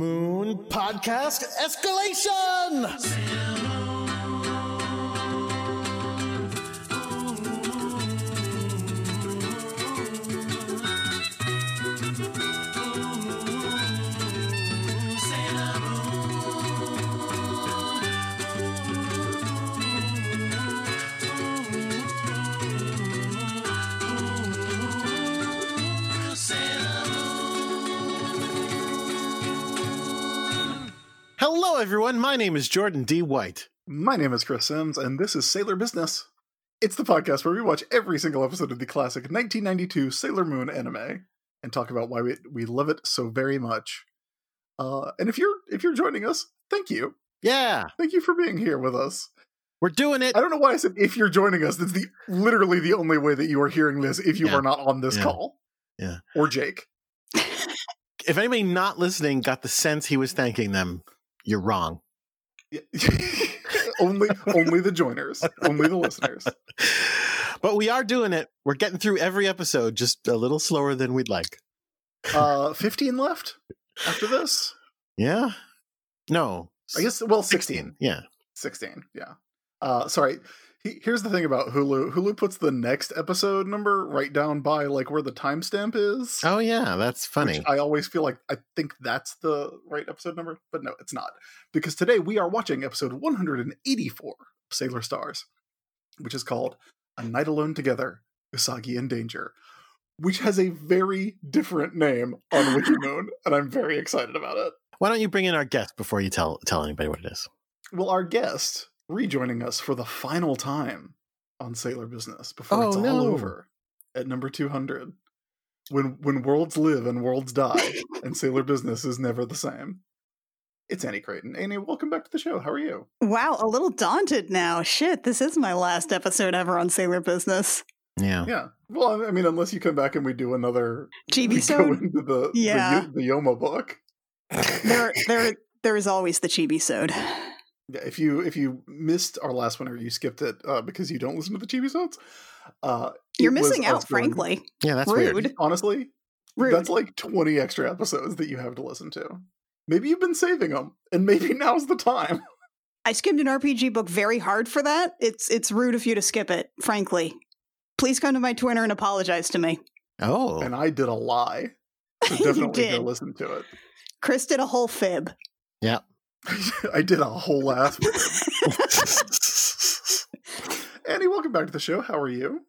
Moon Podcast Escalation! Hello, everyone. My name is Jordan D. White. My name is Chris Sims, and this is Sailor Business. It's the podcast where we watch every single episode of the classic 1992 Sailor Moon anime and talk about why we, we love it so very much. Uh, and if you're if you're joining us, thank you, Yeah, thank you for being here with us. we're doing it. I don't know why I said if you're joining us. That's the literally the only way that you are hearing this if you Yeah. are not on this Yeah. call. Yeah. or Jake. If anybody not listening got the sense he was thanking them, you're wrong. Yeah. only only the joiners, only the listeners. But we are doing it. We're getting through every episode just a little slower than we'd like. Uh, Fifteen left after this. Yeah? No. I guess well, sixteen. Yeah. 16 yeah uh sorry He- here's the thing about hulu hulu puts the next episode number right down by like where the timestamp is Oh, yeah. That's funny. which i always feel like i think that's the right episode number but no it's not because today we are watching episode 184 of sailor stars which is called a night alone together usagi in danger which has a very different name on wikimoon and i'm very excited about it Why don't you bring in our guest before you tell, tell anybody what it is? Well, our guest rejoining us for the final time on Sailor Business before Oh, it's all no. over at number 200. When when worlds live and worlds die, and Sailor Business is never the same. It's Annie Creighton. Annie, welcome back to the show. How are you? Wow, a little daunted now. Shit, this is my last episode ever on Sailor Business. Yeah. Yeah. Well, I- I mean, unless you come back and we do another, we GB go Sode. into the the Yeah. Yo- the, Yoma book. There, there, there is always the Chibi Sode. Yeah, if you if you missed our last one or you skipped it uh, because you don't listen to the chibi sods, uh, You're it was missing us out, going- frankly. Yeah, that's weird. Rude. Honestly, Rude. That's like 20 extra episodes that you have to listen to. Maybe you've been saving them, and maybe now's the time. I skimmed an RPG book very hard for that. It's it's rude of you to skip it, frankly. Please come to my Twitter and apologize to me. Oh. And I did a lie. So You definitely go did. listen to it. Chris did a whole fib. I did a whole ass. Annie, welcome back to the show. How are you?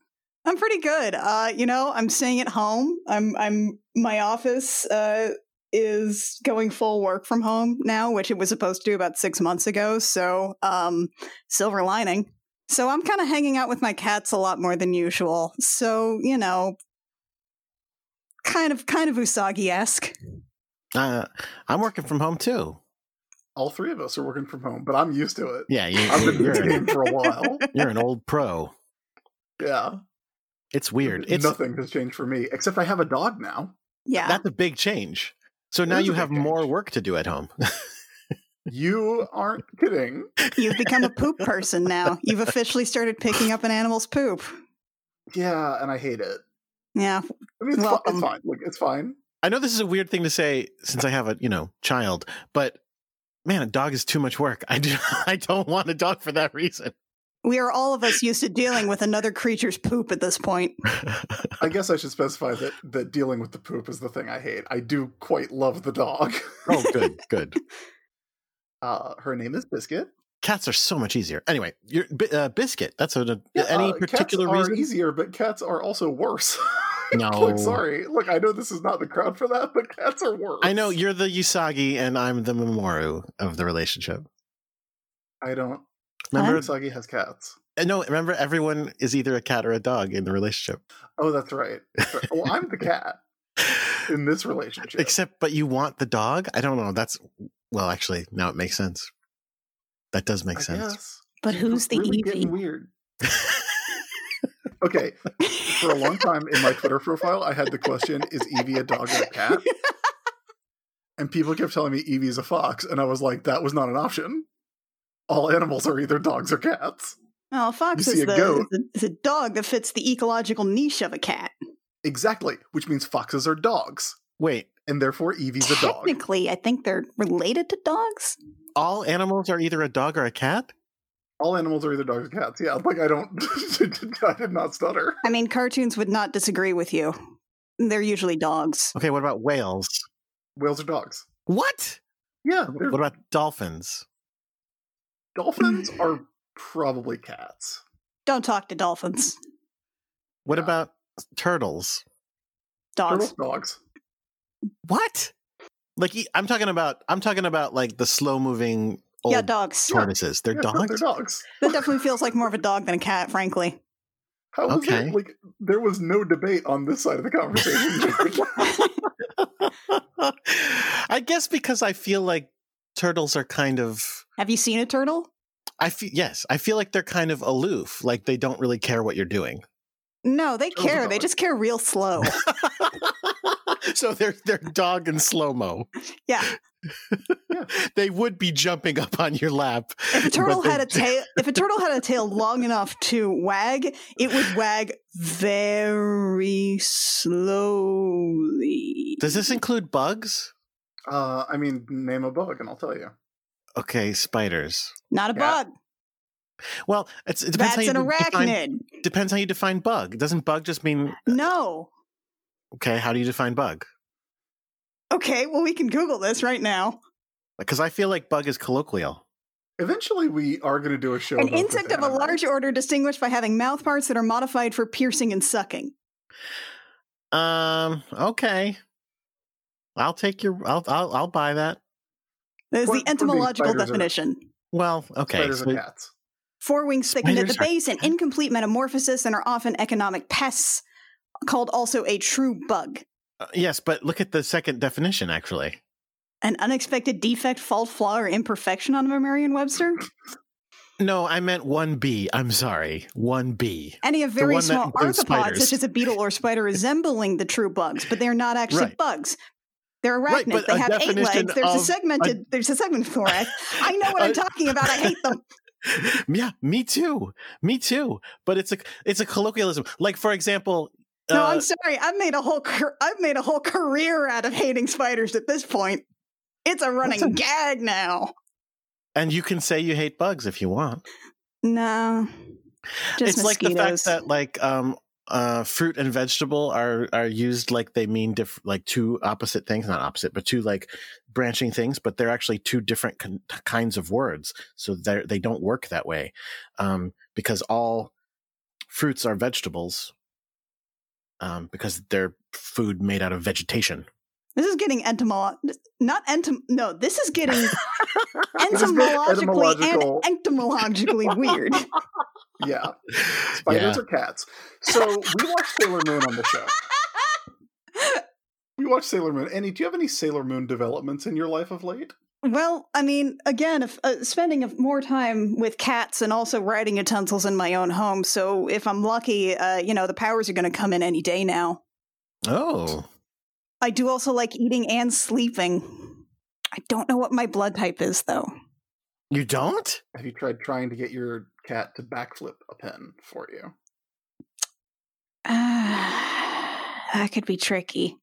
I'm pretty good. Uh, you know, I'm staying at home. I'm I'm my office uh, is going full work from home now, which it was supposed to about six months ago. So, um, silver lining. So I'm kind of hanging out with my cats a lot more than usual. So you know, kind of kind of Usagi esque. Uh, I'm working from home too. All three of us are working from home, but I'm used to it. Yeah, you, I've been in you're, this an, game for a while. you're an old pro. Yeah. It's weird. It's Nothing has changed for me, except I have a dog now. Yeah, that's a big change. So now is a you big have more change. work to do at home. You aren't kidding. you've become a poop person now. You've officially started picking up an animal's poop. Yeah, and I hate it. Yeah, I mean, it's, fi- it's Welcome. fine. Like, it's fine. I know this is a weird thing to say since I have a you know child, but man, a dog is too much work. I do. I don't want a dog for that reason. we are all of us used to dealing with another creature's poop at this point. I guess I should specify that that dealing with the poop is the thing I hate. I do quite love the dog. oh, good, good. Uh, her name is Biscuit. Cats are so much easier. Anyway, your bi- uh, biscuit. That's what a, any Uh, particular cats reason. Are easier, but cats are also worse. No. Like, sorry. Look, I know this is not the crowd for that, but cats are worse. I know you're the Usagi and I'm the Mamoru of the relationship. I don't. Remember, Usagi has cats. Uh, no, remember everyone is either a cat or a dog in the relationship. Oh, that's right. That's right. Well, I'm the cat in this relationship. Except, but you want the dog? I don't know. That's, well, actually, now it makes sense. That does make I sense. guess. But Dude, we're who's the E really Evie? getting weird? Okay, for a long time in my Twitter profile, I had the question, is Evie a dog or a cat? And people kept telling me Evie's a fox, and I was like, that was not an option. All animals are either dogs or cats. Oh, a fox You see is a the, goat. is a- is a dog that fits the ecological niche of a cat. Exactly, which means foxes are dogs. Wait, and therefore Evie's a dog. Technically, I think they're related to dogs. All animals are either a dog or a cat. All animals are either dogs or cats. Yeah, like I don't, I did not stutter. I mean, cartoons would not disagree with you. They're usually dogs. Okay, what about whales? Whales are dogs. What? Yeah, they're- What about dolphins? dolphins are probably cats. Don't talk to dolphins. What Yeah. about turtles? Dogs. Turtles, dogs. What? Like e- I'm talking about I'm talking about like the slow moving old Oh. Yeah, dogs. tortoises. They're Yeah, no, dogs. They're dogs. That definitely feels like more of a dog than a cat, frankly. How was Okay. it? Like there was no debate on this side of the conversation. George. I guess because I feel like turtles are kind of Have you seen a turtle? I feel yes, I feel like they're kind of aloof, like they don't really care what you're doing. No, they Turtles are care. They dogs. just care real slow. so they're they're dog in slow mo. Yeah. they would be jumping up on your lap. If a turtle but they- had a tail, if a turtle had a tail long enough to wag, it would wag very slowly. Does this include bugs? uh, I mean, name a bug and I'll tell you. Okay, spiders. Not a Yeah. bug. Well, it's, it depends That's how you an de- define arachnid. depends how you define bug. Doesn't bug just mean No. okay? How do you define bug? Okay. Well, we can Google this right now. Because I feel like bug is colloquial. Eventually, we are going to do a show. An about this insect of a animal. large order, distinguished by having mouth parts that are modified for piercing and sucking. Um. Okay. I'll take your. I'll. I'll, I'll buy that. That is What- the what do you mean entomological spiders are- definition. Well. Okay. Spiders so- and cats. Four wings thickened at the Spiders are- base and incomplete metamorphosis and are often economic pests, called also a true bug. uh, yes, but look at the second definition. Actually, An unexpected defect, fault, flaw, or imperfection on a Merriam Webster? no, I meant one B. I'm sorry, one B. Any of very one that small arthropods, includes spiders. such as a beetle or spider, resembling the true bugs, but they are not actually Right. bugs. They're arachnids. Right, but they a have eight definition legs. There's a of a- segmented. there's a segment for it. I know what I'm A- talking about. I hate them. Uh, yeah, me too. Me too. But it's a it's a colloquialism. Like for example, No, uh, I'm sorry. I've made a whole. Car- I've made a whole career out of hating spiders. At this point, it's a running a- gag now. and you can say you hate bugs if you want. No, just it's mosquitoes. like the fact that like um uh fruit and vegetable are are used like they mean diff- like two opposite things not opposite but two like branching things but they're actually two different con- kinds of words so they they don't work that way um because all fruits are vegetables um because they're food made out of vegetation This is getting entomol not entom no, this is getting This is getting entomologically etymological. and entomologically weird. Yeah, spiders are cats. So we watched Sailor Moon on the show. We watched Sailor Moon. Annie, do you have any Sailor Moon developments in your life of late? well, I mean, again, if, uh, spending of more time with cats and also writing utensils in my own home. So if I'm lucky, uh, you know, the powers are going to come in any day now. oh I do also like eating and sleeping. I don't know what my blood type is though. you don't Have you tried trying to get your cat to backflip a pen for you? that could be tricky.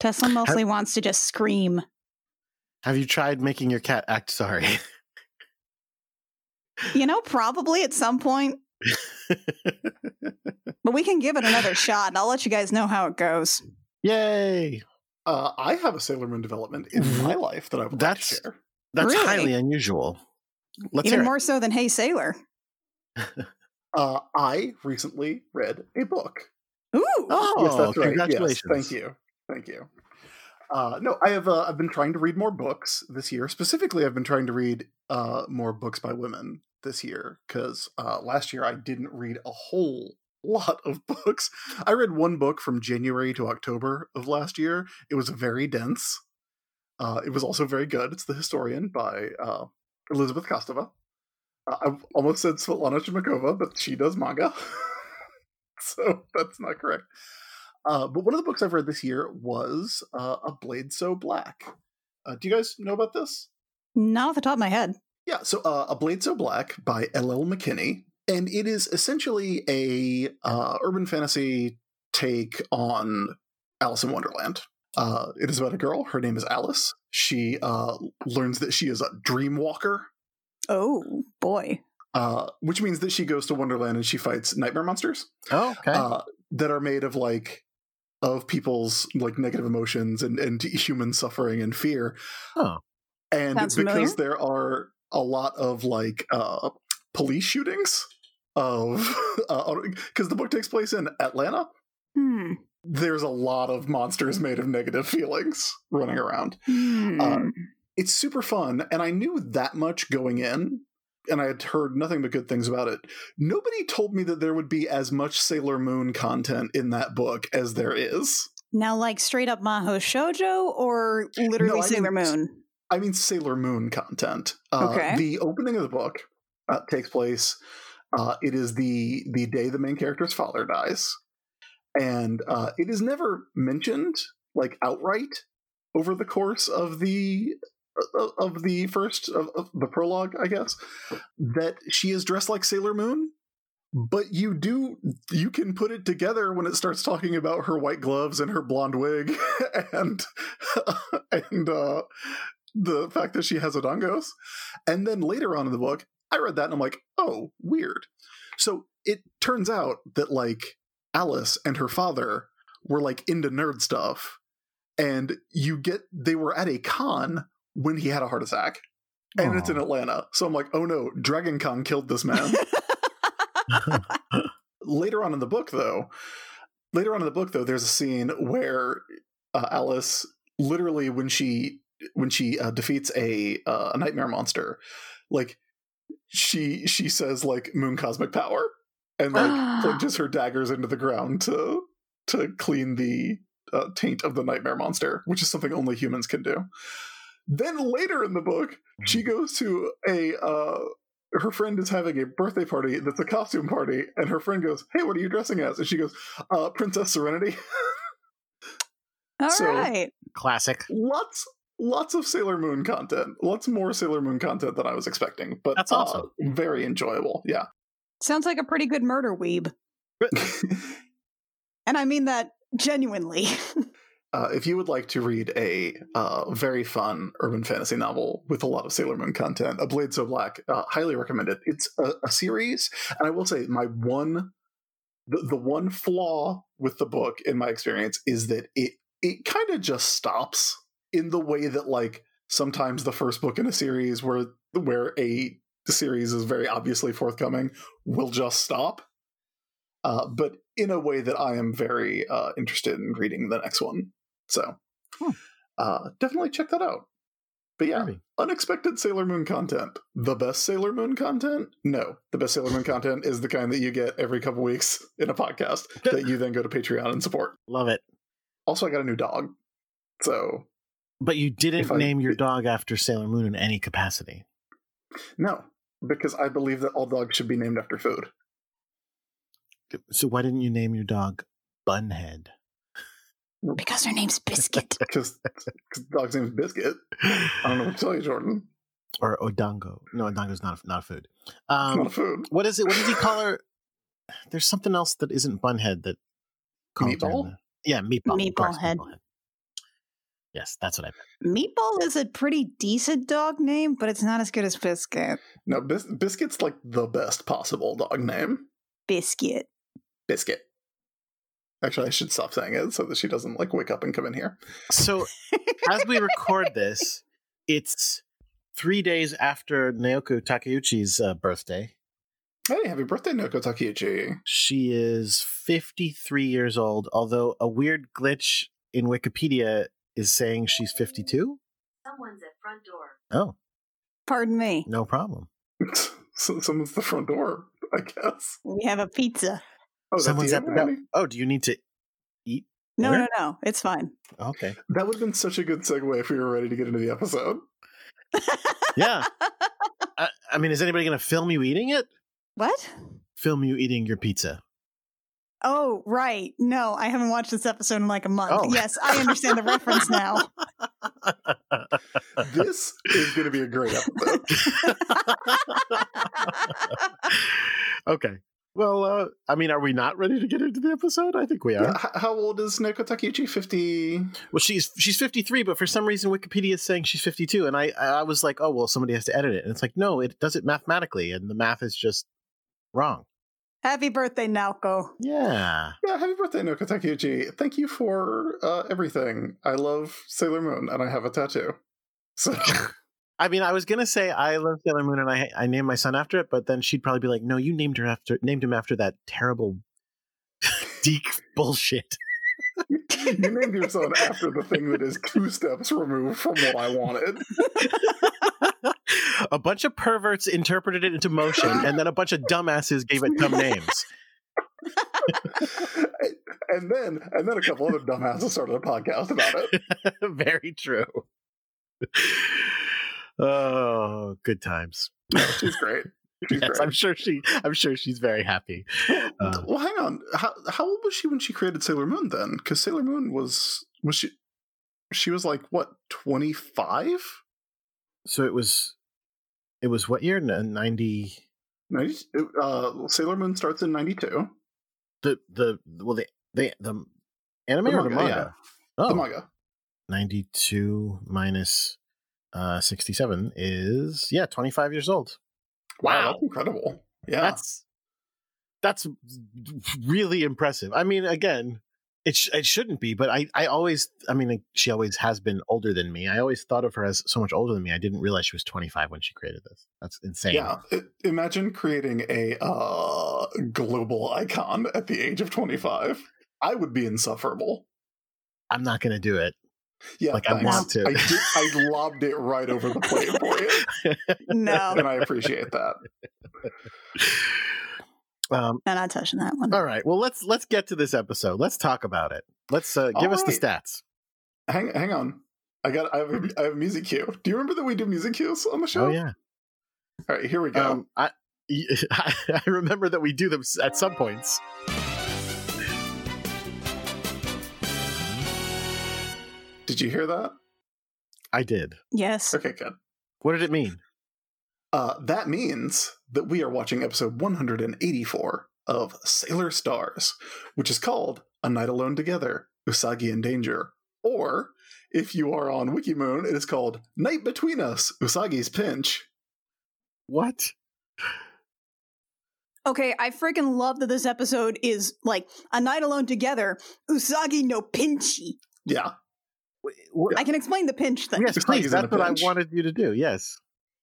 Tesla mostly wants to just scream. have you tried making your cat act sorry You know, probably at some point, but we can give it another shot and I'll let you guys know how it goes. yay Uh, I have a Sailor Moon development in my life that I would like to That's- share. That's Really? highly unusual. Let's Even hear more so than Hey Sailor. Uh, I recently read a book. Ooh. Oh. congratulations. thank you. Thank you. Uh, no, I have. Uh, I've been trying to read more books this year. Specifically, I've been trying to read uh, more books by women this year because uh, last year I didn't read a whole lot of books. I read one book from January to October of last year. It was very dense. Uh, it was also very good. It's The Historian by uh, Elizabeth Kostova. Uh, I almost said Svetlana Chimakova, but she does manga. so that's not correct. Uh, but one of the books I've read this year was uh, A Blade So Black. Uh, do you guys know about this? Not off the top of my head. Yeah, so uh, A Blade So Black by L.L. McKinney, and it is essentially a uh, urban fantasy take on Alice in Wonderland. Uh, it is about a girl. Her name is Alice. She uh, learns that she is a dream walker, Oh boy. uh, which means that she goes to Wonderland and she fights nightmare monsters Oh, okay. uh, that are made of like of people's like negative emotions and and human suffering and fear. Huh. And Sounds because familiar. there are a lot of like uh, police shootings of because the book takes place in Atlanta, Hmm. there's a lot of monsters made of negative feelings running around. Hmm. Uh, It's super fun, and I knew that much going in, and I had heard nothing but good things about it. Nobody told me that there would be as much Sailor Moon content in that book as there is. now, like straight up Maho Shoujo or literally No, I Sailor didn't- Moon? I mean, Sailor Moon content. Uh, Okay. The opening of the book uh, takes place. Uh, it is the the day the main character's father dies, and uh, it is never mentioned like outright over the course of the of- of the first of, of the prologue, I guess, that she is dressed like Sailor Moon. But you do you can put it together when it starts talking about her white gloves and her blonde wig and and uh, the fact that she has odongos. And then later on in the book, I read that and I'm like, oh, weird. So it turns out that like Alice and her father were like into nerd stuff. And you get they were at a con when he had a heart attack. And it's in Aw. Atlanta. So I'm like, oh no, Dragon Con killed this man later on in the book though later on in the book though there's a scene where uh, alice literally when she when she uh, defeats a uh, a nightmare monster like she she says like moon cosmic power and like plunges her daggers into the ground to to clean the uh, taint of the nightmare monster which is something only humans can do then later in the book she Mm. goes to a uh her friend is having a birthday party that's a costume party, and her friend goes, Hey, what are you dressing as? And she goes, uh, Princess Serenity. All so- right. Classic. lots, lots of Sailor Moon content. Lots more Sailor Moon content than I was expecting, but That's uh, awesome. very enjoyable. Yeah. Sounds like a pretty good murder weeb. And I mean that genuinely. uh, if you would like to read a uh, very fun urban fantasy novel with a lot of Sailor Moon content, A Blade So Black, uh, highly recommend it. It's a, a series, and I will say my one, the, the one flaw with the book in my experience is that it it kind of just stops in the way that like sometimes the first book in a series where where a series is very obviously forthcoming will just stop. Uh, but in a way that I am very uh, interested in reading the next one. So Hmm. uh, definitely check that out. But yeah, Kirby. unexpected Sailor Moon content. The best Sailor Moon content? No, the best Sailor Moon content is the kind that you get every couple weeks in a podcast that you then go to Patreon and support. Love it. Also, I got a new dog. So But you didn't If I- name your dog after Sailor Moon in any capacity. no, because I believe that all dogs should be named after food. So why didn't you name your dog Bunhead? because her name's Biscuit. Because dog's name is Biscuit. I don't know what to tell you, Jordan. or Odongo. No, Odongo's not a, not a food. It's not a Um, food. what is it? What does he call her? There's something else that isn't Bunhead that calls her Meatball? the- Yeah, meatball. of course, Meatball head. Meatball Yes, that's what I. meant. Meatball is a pretty decent dog name, but it's not as good as Biscuit. No, Bis- Biscuit's like the best possible dog name. Biscuit. Biscuit. Actually, I should stop saying it so that she doesn't like wake up and come in here. So as we record this, it's three days after Naoko Takeuchi's uh, birthday. Hey, happy birthday, Noko Takeuchi. She is 53 years old, although a weird glitch in Wikipedia is saying she's 52. Someone's at front door. Oh, Pardon me. no problem. so someone's at the front door, I guess. We have a pizza. Oh, that's Someone's you, at the Annie? Oh, do you need to eat? No, Where? no, no. It's fine. Okay. That would have been such a good segue if we were ready to get into the episode. Yeah. I, I mean, is anybody going to film you eating it? What? Film you eating your pizza. Oh, right. No, I haven't watched this episode in like a month. Oh. Yes, I understand the reference now. This is going to be a great episode. okay. Well, uh, I mean, are we not ready to get into the episode? I think we are. Yeah, h- how old is Naoko Takeuchi? 50. Well, she's she's 53, but for some reason Wikipedia is saying she's 52, and I I was like, oh well, somebody has to edit it, and it's like, no, it does it mathematically, and the math is just wrong. Happy birthday, Naoko. Yeah, Yeah, happy birthday, Naoko Takeuchi. Thank you for uh, everything. I love Sailor Moon and I have a tattoo. So I mean, I was gonna say I love Sailor Moon, and I I named my son after it, but then she'd probably be like, no, you named her after named him after that terrible deek bullshit. you named your son after the thing that is two steps removed from what I wanted. a bunch of perverts interpreted it into motion, and then a bunch of dumbasses gave it dumb names. and then and then a couple other dumbasses started a podcast about it. Very true. Oh, good times. She's great. She's Yes, great. I'm sure she. I'm sure she's very happy. Uh, well, hang on. How how old was she when she created Sailor Moon then? Because Sailor Moon was was she she was like what twenty five? so it was. It was what year? Ninety. Uh, Sailor Moon starts in ninety two. The the well the the the anime The or the manga, manga? Oh, The manga. 92 minus uh 67 is yeah 25 years old. Wow. that's incredible. Yeah, That's that's really impressive. I mean, again, it sh- it shouldn't be, but I I always I mean, like, she always has been older than me. I always thought of her as so much older than me. I didn't realize she was 25 when she created this. That's insane. yeah. I- imagine creating a uh, global icon at the age of twenty five. I would be insufferable. I'm not gonna do it. Yeah, Like, I thanks. want to. I, did, I lobbed it right over the plate for you, No, and I appreciate that. Um, I'm not touching that one. all right. Well, let's let's get to this episode. Let's talk about it. Let's uh, give All us the stats. Hang, hang on. I got. I have. A, I have a music cue. Do you remember that we do music cues on the show? Oh yeah. All right, here we go. Um, I I remember that we do them s- at some points. Did you hear that? I did. Yes. Okay, good. What did it mean? Uh, that means that we are watching episode 184 of Sailor Stars, which is called A Night Alone Together, Usagi in Danger. Or, if you are on Wikimoon, it is called Night Between Us, Usagi's Pinch. What? Okay, I freaking love that this episode is like a night alone together. Usagi no pinchy. Yeah. Wh- I can explain the pinch thing. Yes, Usagi please. is in a That's what I pinch. wanted you to do. Yes.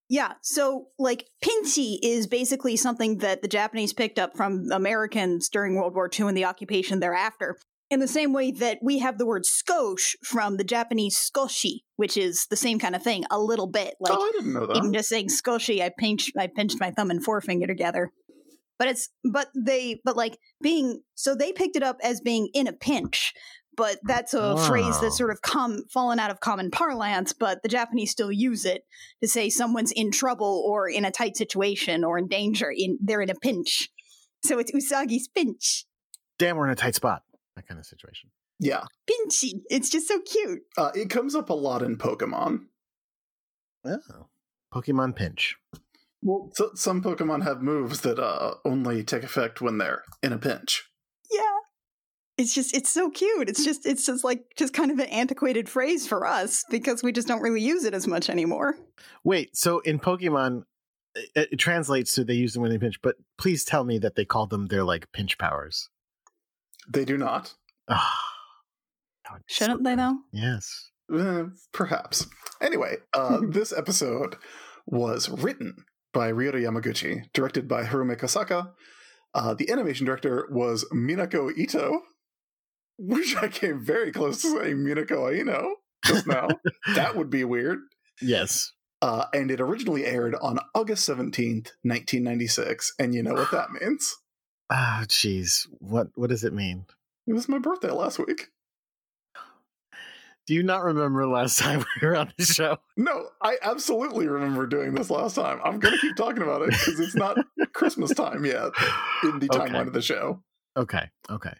Yeah, so like pinchy is basically something that the Japanese picked up from Americans during World War II and the occupation thereafter. In the same way that we have the word skosh from the Japanese skoshi, which is the same kind of thing, a little bit. Like oh, I didn't know even that. just saying skoshi, I pinched I pinched my thumb and forefinger together. But it's but they but like being so they picked it up as being in a pinch. But that's a phrase Wow. that's sort of come fallen out of common parlance, but the Japanese still use it to say someone's in trouble or in a tight situation or in danger. In they're in a pinch. So it's Usagi's pinch. Damn, we're in a tight spot. That kind of situation. Yeah. Pinchy. It's just so cute. Uh, it comes up a lot in Pokemon. Oh. Pokemon Pinch. Well, so, some Pokemon have moves that uh, only take effect when they're in a pinch. Yeah. It's just it's so cute. It's just it's just like just kind of an antiquated phrase for us because we just don't really use it as much anymore. Wait, so in Pokemon, it, it translates to they use them when they pinch, but please tell me that they call them their like pinch powers. They do not. Ah. That would be so Shouldn't they good. though? Yes. Eh, perhaps. Anyway, uh, this episode was written by Ryota Yamaguchi, directed by Harume Kosaka. Uh, the animation director was Minako Ito, which I came very close to saying Minako Aino just now. that would be weird. Yes. Uh, and it originally aired on August 17th, 1996. And you know what that means? Ah, jeez. What what does it mean? It was my birthday last week. Do you not remember last time we were on the show? No, I absolutely remember doing this last time. I'm going to keep talking about it because it's not Christmas time yet. in the okay. timeline of the show. Okay. Okay.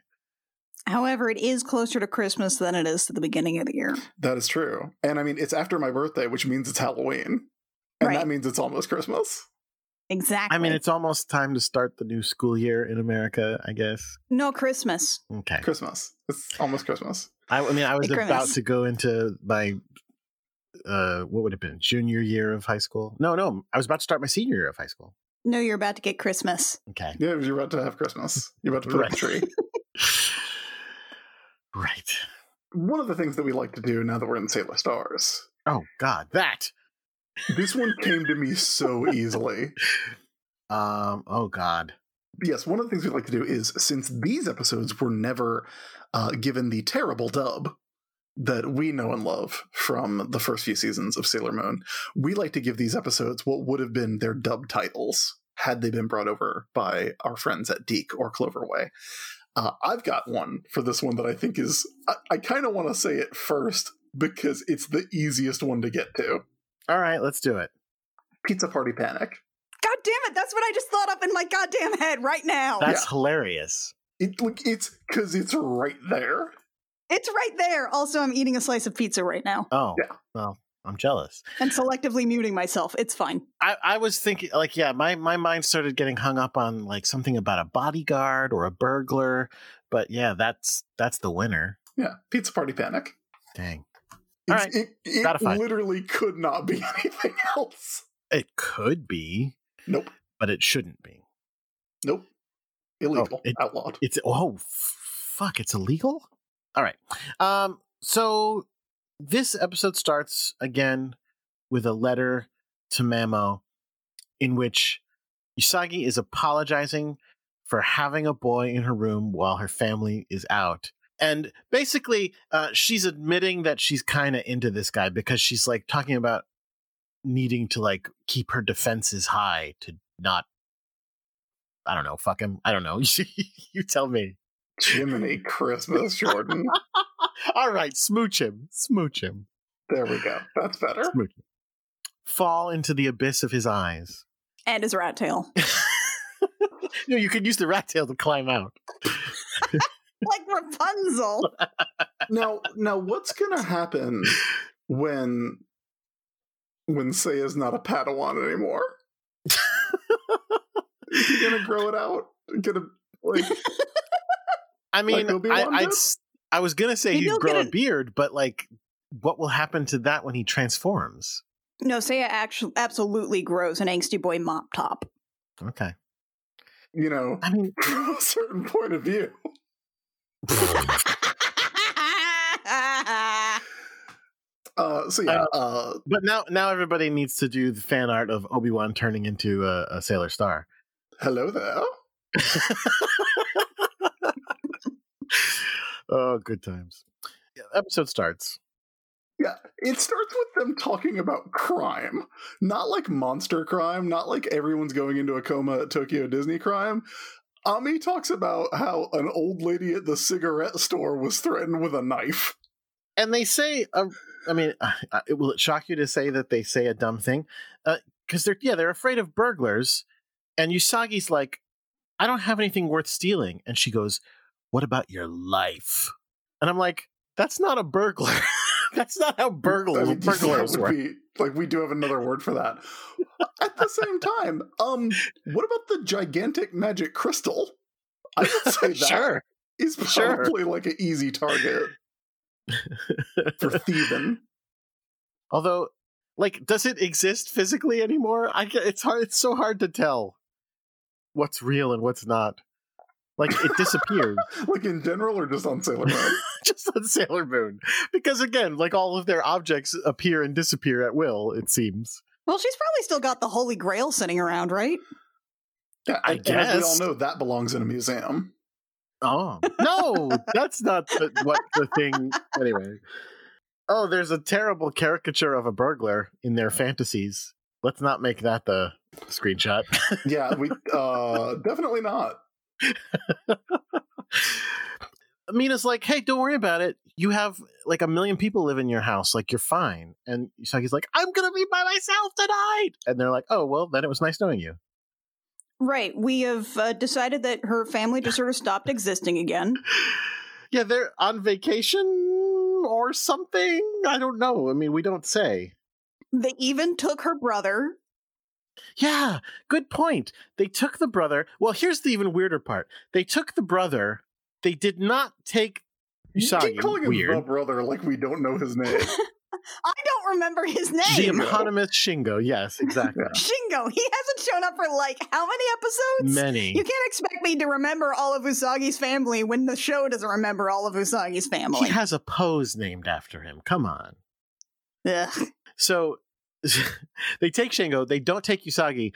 However, it is closer to Christmas than it is to the beginning of the year. That is true. And I mean, it's after my birthday, which means it's Halloween. And Right. that means it's almost Christmas. Exactly. I mean, it's almost time to start the new school year in America, I guess. no Christmas. Okay. Christmas. It's almost Christmas. I, I mean, I was Grimace. about to go into my, uh, what would it have been? Junior year of high school? No, no. I was about to start my senior year of high school. No, you're about to get Christmas. Okay. Yeah, you're about to have Christmas. You're about to put up a tree. right. One of the things that we like to do now that we're in Sailor Stars, Oh, God. That. this one came to me so easily. Um. Oh, God. Yes, one of the things we like to do is since these episodes were never uh, given the terrible dub that we know and love from the first few seasons of Sailor Moon, we like to give these episodes what would have been their dub titles had they been brought over by our friends at Deke or Cloverway. Uh, I've got one for this one that I think is, I, I kind of want to say it first because it's the easiest one to get to All right. Let's do it. Pizza Party Panic. God damn it! That's what I just thought up in my goddamn head right now. That's hilarious. It, like, it's because it's right there. it's right there. Also, I'm eating a slice of pizza right now Oh, Yeah. well, I'm jealous. and selectively muting myself. It's fine. I, I was thinking, like, yeah, my, my mind started getting hung up on like something about a bodyguard or a burglar, but yeah, that's that's the winner. Yeah, Pizza Party Panic. Dang, All It's- It, it Ratified. literally could not be anything else. it could be, Nope. but it shouldn't be. Nope. Illegal. it- outlawed. It's oh f- fuck, it's illegal. All right. Um. So this episode starts again with a letter to Mamo, in which Usagi is apologizing for having a boy in her room while her family is out. And basically, uh, she's admitting that she's kind of into this guy because she's like talking about needing to like keep her defenses high to not, I don't know, fuck him. I don't know. you tell me. Jiminy Christmas, Jordan. All right, smooch him, smooch him, there we go. That's better. smooch him. Fall into the abyss of his eyes. And his rat tail. No, you could use the rat tail to climb out. like Rapunzel. Now, now, what's gonna happen when when Seiya's not a Padawan anymore? Is he gonna grow it out? Gonna like I mean, Obi-Wan I, I'd, did? s- I was gonna say Maybe he'd he'll grow get a a- beard, but like, what will happen to that when he transforms? No, Saya actually absolutely grows an angsty boy mop top. Okay, you know I mean, from a certain point of view. Uh so yeah, uh but now now everybody needs to do the fan art of Obi Wan turning into a, a Sailor Star. hello there. Oh, good times. Yeah, episode starts. Yeah, it starts with them talking about crime, not like monster crime, not like everyone's going into a coma at Tokyo Disney crime. Ami talks about how an old lady at the cigarette store was threatened with a knife. and they say um, i mean uh, uh, will it shock you to say that they say a dumb thing because they're yeah they're afraid of burglars and usagi's like i don't have anything worth stealing and she goes what about your life and i'm like that's not a burglar that's not how burglars, I mean, burglars that would work be like we do have another word for that. At the same time, um, what about the gigantic magic crystal? I would say that is sure sure. probably like an easy target for thieving. although like does it exist physically anymore i ca- it's hard it's so hard to tell what's real and what's not like it disappears Like in general, or just on Sailor Moon. just on Sailor Moon. Because again, like all of their objects appear and disappear at will, it seems. Well, she's probably still got the Holy Grail sitting around, right? Yeah, I and- and as guess. we all know that belongs in a museum. Oh. No, that's not the, what the thing. Anyway. Oh, there's a terrible caricature of a burglar in their fantasies. Let's not make that the screenshot. Yeah, we uh, definitely not. Mina's like, hey, don't worry about it. You have like a million people live in your house. Like, you're fine. And Usagi's like, I'm going to be by myself tonight. And they're like, oh, well, then it was nice knowing you. Right. We have uh, decided that her family just sort of stopped existing again. yeah, they're on vacation or something. I don't know. I mean, we don't say. They even took her brother Yeah, good point. They took the brother. Well, here's the even weirder part. They took the brother. They did not take You Usagi. keep calling Weird. him the brother like we don't know his name. I don't remember his the name. Jim. eponymous Shingo. Yes, exactly. Shingo. He hasn't shown up for like how many episodes? Many. You can't expect me to remember all of Usagi's family when the show doesn't remember all of Usagi's He family. has a pose named after him. Come on. Ugh. So they take Shingo, they don't take Usagi.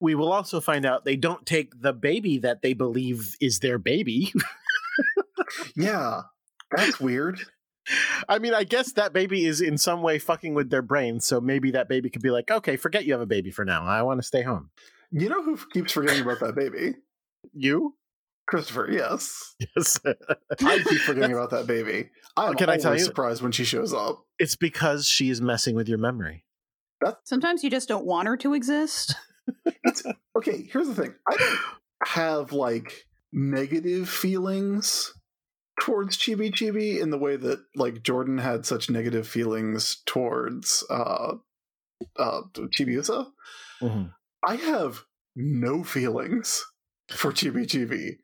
We will also find out they don't take the baby that they believe is their baby. yeah, that's weird. I mean, I guess that baby is in some way fucking with their brains, so maybe that baby could be like, okay, forget you have a baby for now. I want to stay home. You know who keeps forgetting about that baby? You? Christopher, yes. Yes. I keep forgetting about that baby. I am Oh, Can I always tell you- surprised when she shows up. it's because she is messing with your memory. Sometimes you just don't want her to exist. Okay, here's the thing. I don't have like negative feelings towards Chibi Chibi in the way that like Jordan had such negative feelings towards uh uh Chibiusa. Mm-hmm. I have no feelings for Chibi Chibi.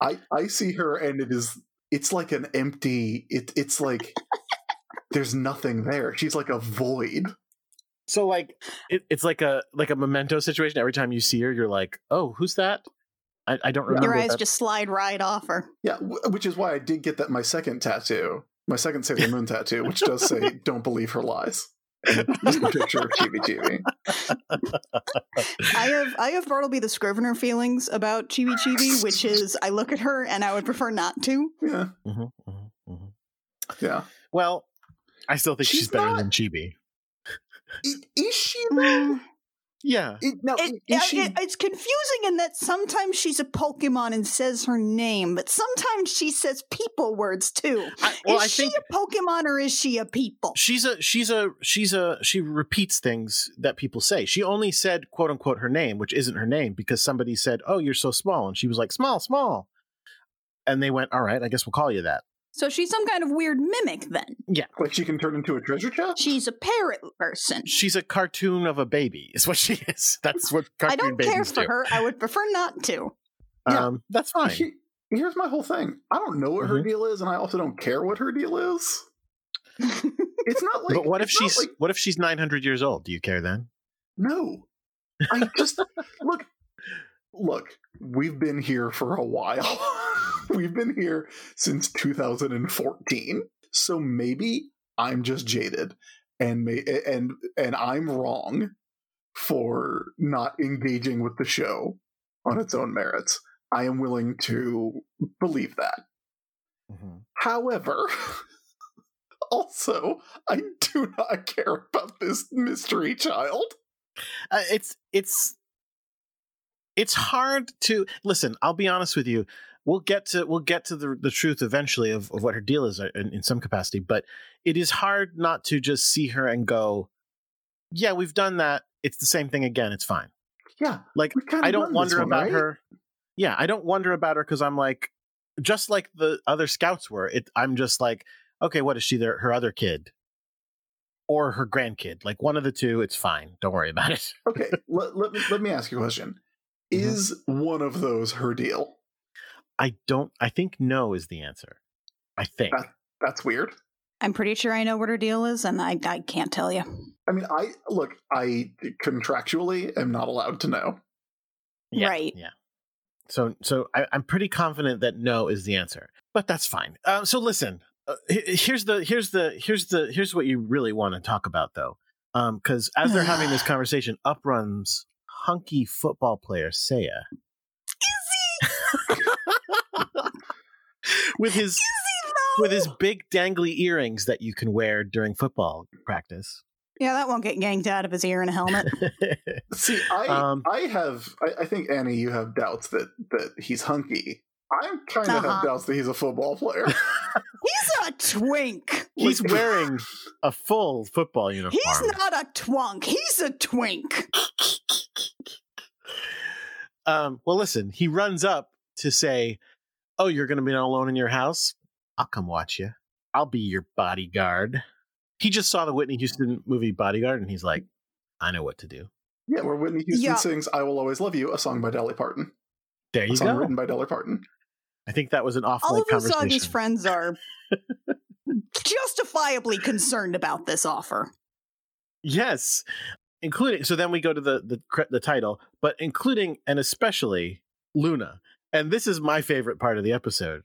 I I see her and it is it's like an empty it it's like there's nothing there. She's like a void. So like it, it's like a like a memento situation. Every time you see her, you're like, oh, who's that? I, I don't remember. Your eyes that. just slide right off her. Yeah, wh- which is why I did get that my second tattoo, my second Sailor Moon tattoo, which does say "Don't believe her lies." And it's a picture of Chibi Chibi. I have I have Bartleby the Scrivener feelings about Chibi Chibi, which is I look at her and I would prefer not to. Yeah, Mhm, mhm, mhm. yeah. Well, I still think she's, She's better not- than Chibi. I- Is she? Mm. Yeah. It, uh, no, It, is I- she? it- it's confusing in that sometimes she's a Pokemon and says her name, but sometimes she says people words too. I, well, is I she think a Pokemon or is she a people? she's a she's a she's a she repeats things that people say. She only said quote unquote her name, which isn't her name, because somebody said, "Oh, you're so small," and she was like, "Small, small," and they went, "All right, I guess we'll call you that." So she's some kind of weird mimic then. like she can turn into a treasure chest? She's a parrot person. She's a cartoon of a baby, is what she is. That's what I cartoon don't care babies for do. her. I would prefer not to. Yeah. Um, that's fine. She, here's my whole thing. I don't know what her Mhm. deal is, and I also don't care what her deal is. It's not like. but what if it's not she's like- what if she's 900 years old? Do you care then? no? I just look. Look, we've been here for a while. we've been here since 2014. So maybe I'm just jaded, and may, and and I'm wrong for not engaging with the show on its own merits. I am willing to believe that. Mm-hmm. However, also, I do not care about this mystery child. Uh, it's it's it's hard to listen. I'll be honest with you. We'll get to we'll get to the the truth eventually of, of what her deal is uh, in, in some capacity, but it is hard not to just see her and go, "Yeah, we've done that. It's the same thing again. It's fine." Yeah, Like we kinda I don't done wonder this one, about right? her. Yeah, I don't wonder about her because I'm like, just like the other scouts were. It, I'm just like, okay, what is she? There, her other kid, or her grandkid? Like one of the two. It's fine. Don't worry about it. Okay, let, let, me- let me ask you a question. Mhm. Is one of those her deal? I don't. I think no is the answer. I think. That- That's weird. I'm pretty sure I know what her deal is, and I, I can't tell you. I mean, I look, I contractually am not allowed to know. Yeah, Right. Yeah. So, so I, I'm pretty confident that no is the answer, but that's fine. Uh, so listen, uh, he- here's the here's the here's the here's what you really want to talk about though, because as they're having this conversation, up runs hunky football player Saya with his with his big dangly earrings that you can wear during football practice. Yeah, that won't get yanked out of his ear in a helmet. See, I Um, I have I, I think Annie, you have doubts that that he's hunky. I kind of have Uh-huh. doubts that he's a football player. He's a twink. He's Like- wearing a full football uniform. He's not a twunk. He's a twink. Um, well, listen, he runs up to say, Oh, you're going to be alone in your house? I'll come watch you. I'll be your bodyguard. He just saw the Whitney Houston movie Bodyguard and he's like, I know what to do. Yeah, where Whitney Houston Yeah. sings "I Will Always Love You," a song by Dolly Parton, There a you song go. written by Dolly Parton. I think that was an All awful of conversation. Usagi's friends are justifiably concerned about this offer. Yes, including. So then we go to the the cre- the title, but including and especially Luna. And this is my favorite part of the episode: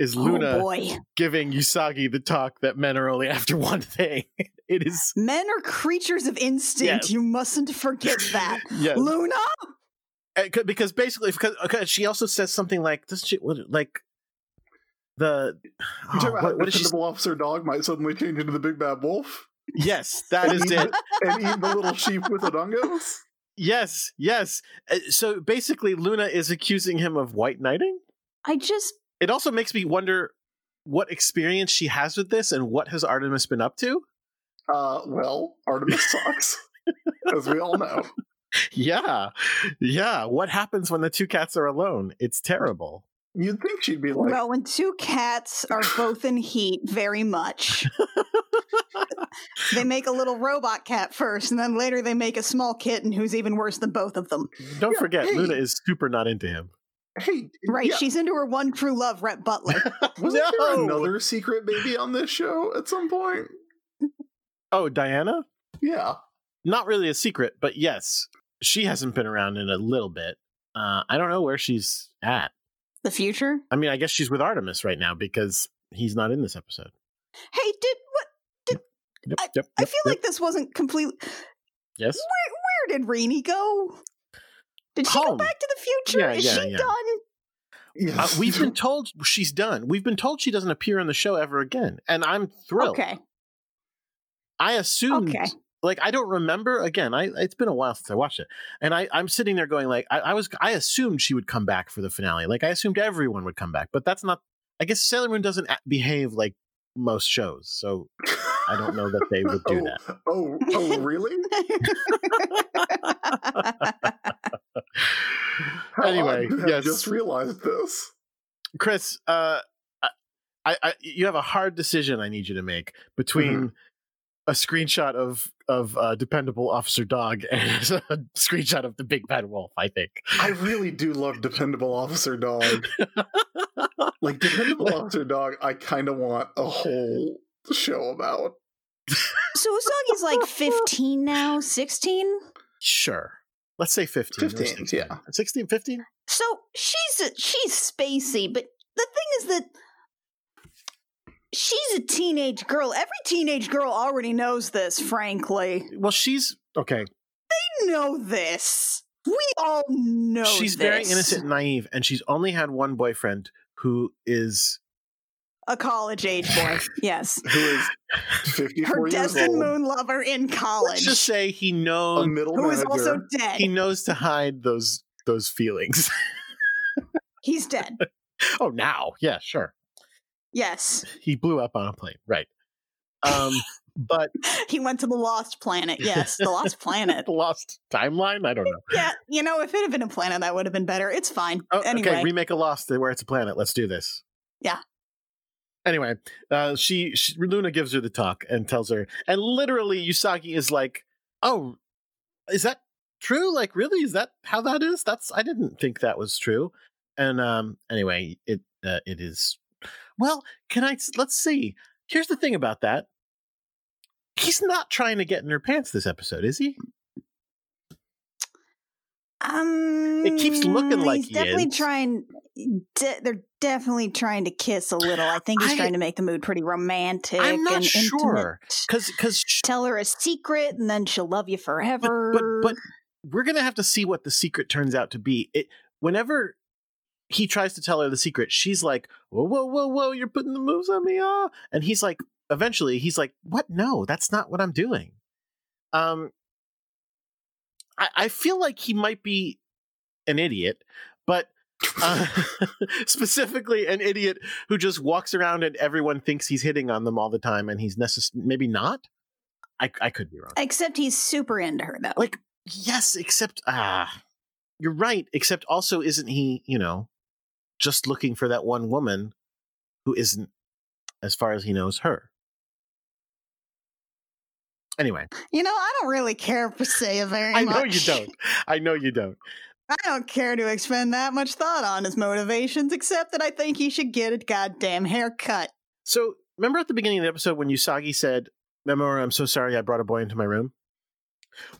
is Oh Luna boy. giving Usagi the talk that men are only after one thing. It is Men are creatures of instinct. Yes. You mustn't forget that. yes, Luna? And eh, c- because basically, because okay, she also says something like this. She what, like the You oh, talking about what, how what is she? dependable officer dog might suddenly change into the big bad wolf Yes, that is it. and eat the little sheep with odongos? Yes, yes. Uh, So basically, Luna is accusing him of white knighting. I just It also makes me wonder what experience she has with this and what has Artemis been up to. Uh, well, Artemis sucks, as we all know. Yeah, yeah. What happens when the two cats are alone? It's terrible. You'd think she'd be like, well, when two cats are both in heat very much, they make a little robot cat first, and then later they make a small kitten who's even worse than both of them. Don't Yeah, forget, hey. Luna is super not into him. "Hey, Right? yeah, She's into her one true love, Rhett Butler. wasn't there No. another secret baby on this show at some point?" Oh, Diana? Yeah, Uh, Not really a secret, but yes, she hasn't been around in a little bit. Uh, I don't know where she's at. the future? I mean, I guess she's with Artemis right now because he's not in this episode. Hey, did what? Yep, I- yep, I yep, feel yep. like this wasn't complete. yes. Where did Rainey go? Did she Home. go back to the future? Yeah, Is yeah, she yeah. done? yeah. Uh, we've been told she's done. We've been told she doesn't appear on the show ever again, and I'm thrilled. Okay. I assumed, Okay. like, I don't remember. Again, I it's been a while since I watched it, and I I'm sitting there going like, I, I was I assumed she would come back for the finale. Like, I assumed everyone would come back, but that's not. I guess Sailor Moon doesn't a- behave like most shows, so I don't know that they would do oh, that. Oh, oh, really? How anyway, odd to have yes, just realized this. Chris, uh, I, I, you have a hard decision I need you to make between a screenshot of of uh, dependable officer dog and a screenshot of the big bad wolf. I think. I really do love Dependable Officer Dog. like Dependable Officer Dog, I kind of want a whole show about. so Usagi's like 15 now, 16? Sure. Let's say 15. or 15, 16. yeah. 16, 15? So she's a, she's spacey, but the thing is that she's a teenage girl. Every teenage girl already knows this, frankly. Well, she's okay. We know this. We all know she's very this. innocent and naive, and she's only had one boyfriend who is A college age boy. Yes. Who is 54 Her years destined old, moon lover in let's college. just say he a knows middle who is manager. also dead. he knows to hide those those feelings. He's dead. oh now. Yeah, sure. Yes. He blew up on a plane. Right. Um but He went to the lost planet. Yes. The lost planet. the lost timeline, I don't know. Yeah. You know, if it had been a planet, that would have been better. It's fine. Oh, anyway. Okay, remake a Lost where it's a planet. Let's do this. Yeah. Anyway, uh, she, she Luna gives her the talk and tells her, and literally Usagi is like, "Oh, is that true? Like, really? Is that how that is? That's I didn't think that was true." And um, anyway, it uh, it is. Well, can I? Let's see. Here's the thing about that. He's not trying to get in her pants this episode, is he? Um, It keeps looking like he's he definitely is. trying. De- they're definitely trying to kiss a little. I think he's I- trying to make the mood pretty romantic. I'm not and sure. intimate. Because because Tell her a secret, and then she'll love you forever. but but we're gonna have to see what the secret turns out to be. It whenever he tries to tell her the secret, she's like, "Whoa, whoa, whoa, whoa! You're putting the moves on me, ah!" And he's like, eventually, he's like, "What? No, that's not what I'm doing." Um, I, I feel like he might be an idiot, but uh, specifically an idiot who just walks around and everyone thinks he's hitting on them all the time, and he's necess- maybe not. I I could be wrong except he's super into her though. like yes except ah you're right except also isn't he you know just looking for that one woman who isn't as far as he knows her Anyway, You know, I don't really care per se very I much. know you don't. I know you don't. I don't care to expend that much thought on his motivations, except that I think he should get a goddamn haircut. So remember at the beginning of the episode when Usagi said, Memora, I'm so sorry I brought a boy into my room?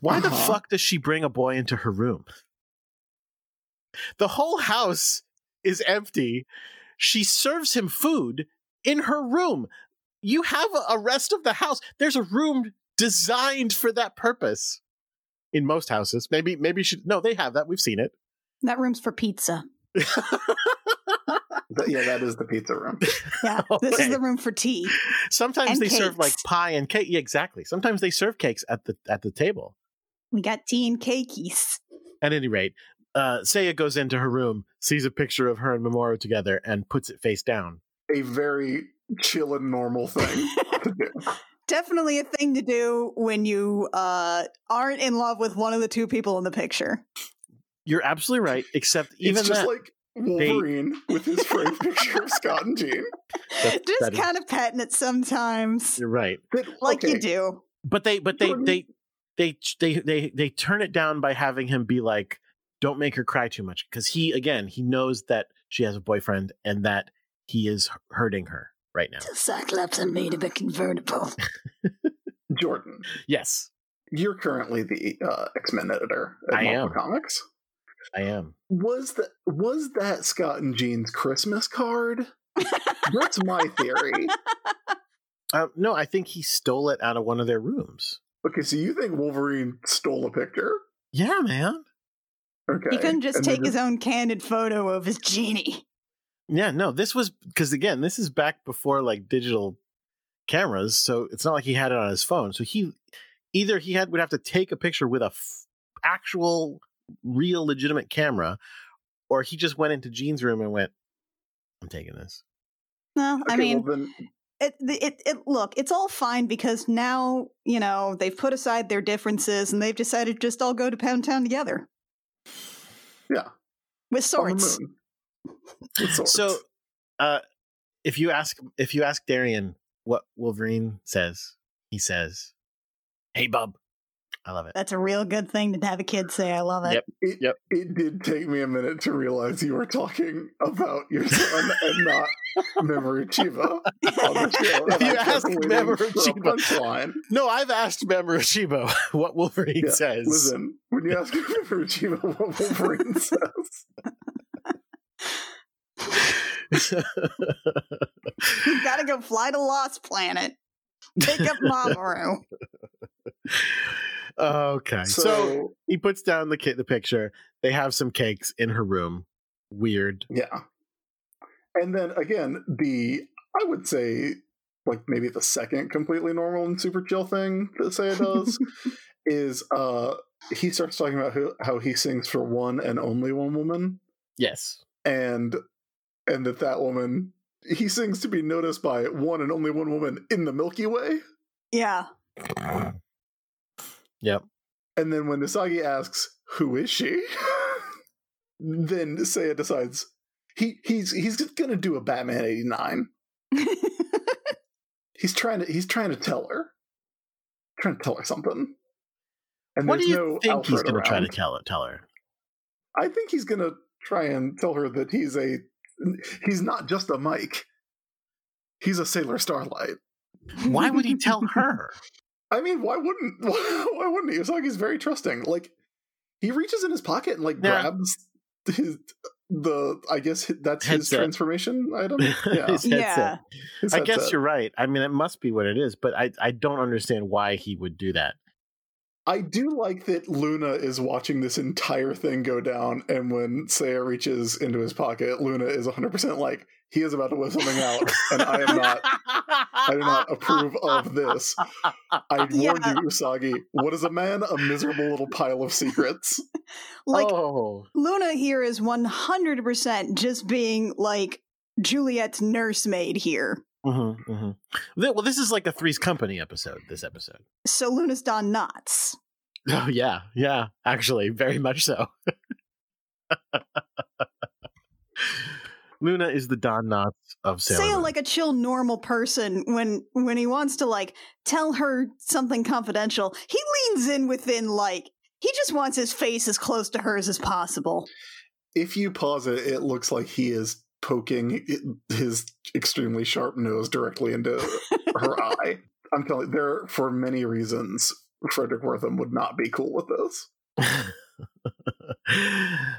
Why the Uh-huh. fuck does she bring a boy into her room? The whole house is empty. She serves him food in her room. You have a- a rest of the house. There's a room designed for that purpose. In most houses, maybe maybe she no, they have that. We've seen it. That room's for pizza. But yeah, that is the pizza room. Yeah, this is Okay. the room for tea. Sometimes And they serve like cakes. pie and cake. Yeah, exactly. Sometimes they serve cakes at the at the table. We got tea and cakeys. At any rate, uh, Seiya goes into her room, sees a picture of her and Mamoru together, and puts it face down. A very chill and normal thing to do. Definitely a thing to do when you uh, aren't in love with one of the two people in the picture. You're absolutely right, except even it's just that. like Wolverine with his framed picture of Scott and Jean. That- Just that is- kind of petting it sometimes, you're right, That- like okay, you do. but they, but they, Jordan. they, they, they, they, they turn it down by having him be like, "Don't make her cry too much," because he, again, he knows that she has a boyfriend and that he is hurting her right now. Cyclops and made of a convertible. Jordan, Yes, you're currently the uh, X Men editor at I Marvel am. Comics. I am. Was that was that Scott and Jean's Christmas card? That's my theory. Uh, no, I think he stole it out of one of their rooms. Okay, so you think Wolverine stole a picture? Yeah, man. Okay, He couldn't just and take then his own candid photo of his genie. Yeah, no, this was because again, this is back before like digital cameras, so it's not like he had it on his phone. So he either he had would have to take a picture with a f- actual, real, legitimate camera, or he just went into Gene's room and went, "I'm taking this." No, I okay, mean, well then- it, it, it, look, it's all fine because now, you know, they've put aside their differences and they've decided just all go to Pound Town together yeah, on the with swords. moon. With swords. So, uh, if you ask if you ask Darian what Wolverine says, he says, "Hey, bub." I love it. That's a real good thing to have a kid say. I love it. Yep. It, Yep. it did take me a minute to realize you were talking about your son and not Memory Chiba. On the show, and If you I kept ask waiting Mamoru for a Chiba- punchline. No, I've asked Member Shibo what Wolverine Yeah, says. Listen, when you ask Memory Chiba what Wolverine says, You've got to go fly to Lost Planet, pick up Mamoru. okay. So, so, he puts down the kit the picture. They have some cakes in her room. Weird. yeah. And then again, the I would say like maybe the second completely normal and super chill thing that Saya does is uh he starts talking about who, how he sings for one and only one woman. Yes. and and that that woman he sings to be noticed by one and only one woman in the Milky Way. yeah. And then when Usagi asks, "Who is she?" then Seiya decides he he's he's gonna do a Batman eighty nine. He's trying to he's trying to tell her, trying to tell her something. And What there's do you no think he's Alfred going to try to around. tell tell her? I think he's gonna try and tell her that he's a he's not just a Mike. He's a Sailor Starlight. Why would he tell her? I mean, why wouldn't why, wouldn't he? Usagi's very trusting. Like he reaches in his pocket and like Yeah. grabs his the I guess that's his Headset. transformation item. Yeah, His headset. Yeah. his I guess headset. you're right. I mean, it must be what it is, but I I don't understand why he would do that. I do like that Luna is watching this entire thing go down, and when Saya reaches into his pocket, Luna is 100 percent like he is about to whip something out, and I am not. I do not approve of this. I warned Yeah. you, Usagi. What is a man? A miserable little pile of secrets. Like, oh, Luna here is 100% just being like Juliet's nursemaid here. Mhm, mhm. Th- well, this is like a Three's Company episode. This episode. So Luna's Don Knotts. Oh yeah, yeah. Actually, very much so. Luna is the Don Knotts of Sailor. Say Moon. like a chill normal person when when he wants to like tell her something confidential he leans in within like he just wants his face as close to hers as possible If you pause it, it looks like he is poking i- his extremely sharp nose directly into her eye. I'm telling you, there for many reasons, Frederick Wortham would not be cool with this.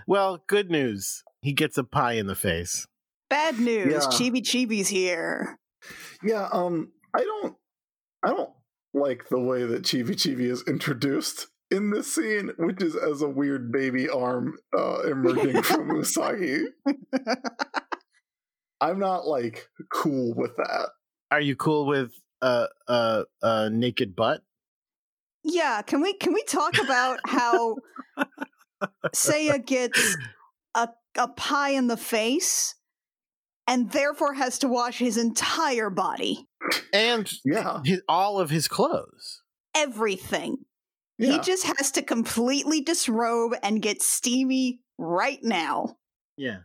well, good news. He gets a pie in the face. bad news Yeah. chibi chibi's here Yeah, um, I don't, I don't like the way that Chibi Chibi is introduced in this scene, which is as a weird baby arm uh, emerging from Usagi. I'm not like cool with that. Are you cool with a uh, uh, uh, naked butt? yeah can we can we talk about how Seiya gets a a pie in the face and therefore has to wash his entire body And Yeah, his, all of his clothes. everything yeah. He just has to completely disrobe and get steamy right now. Yeah.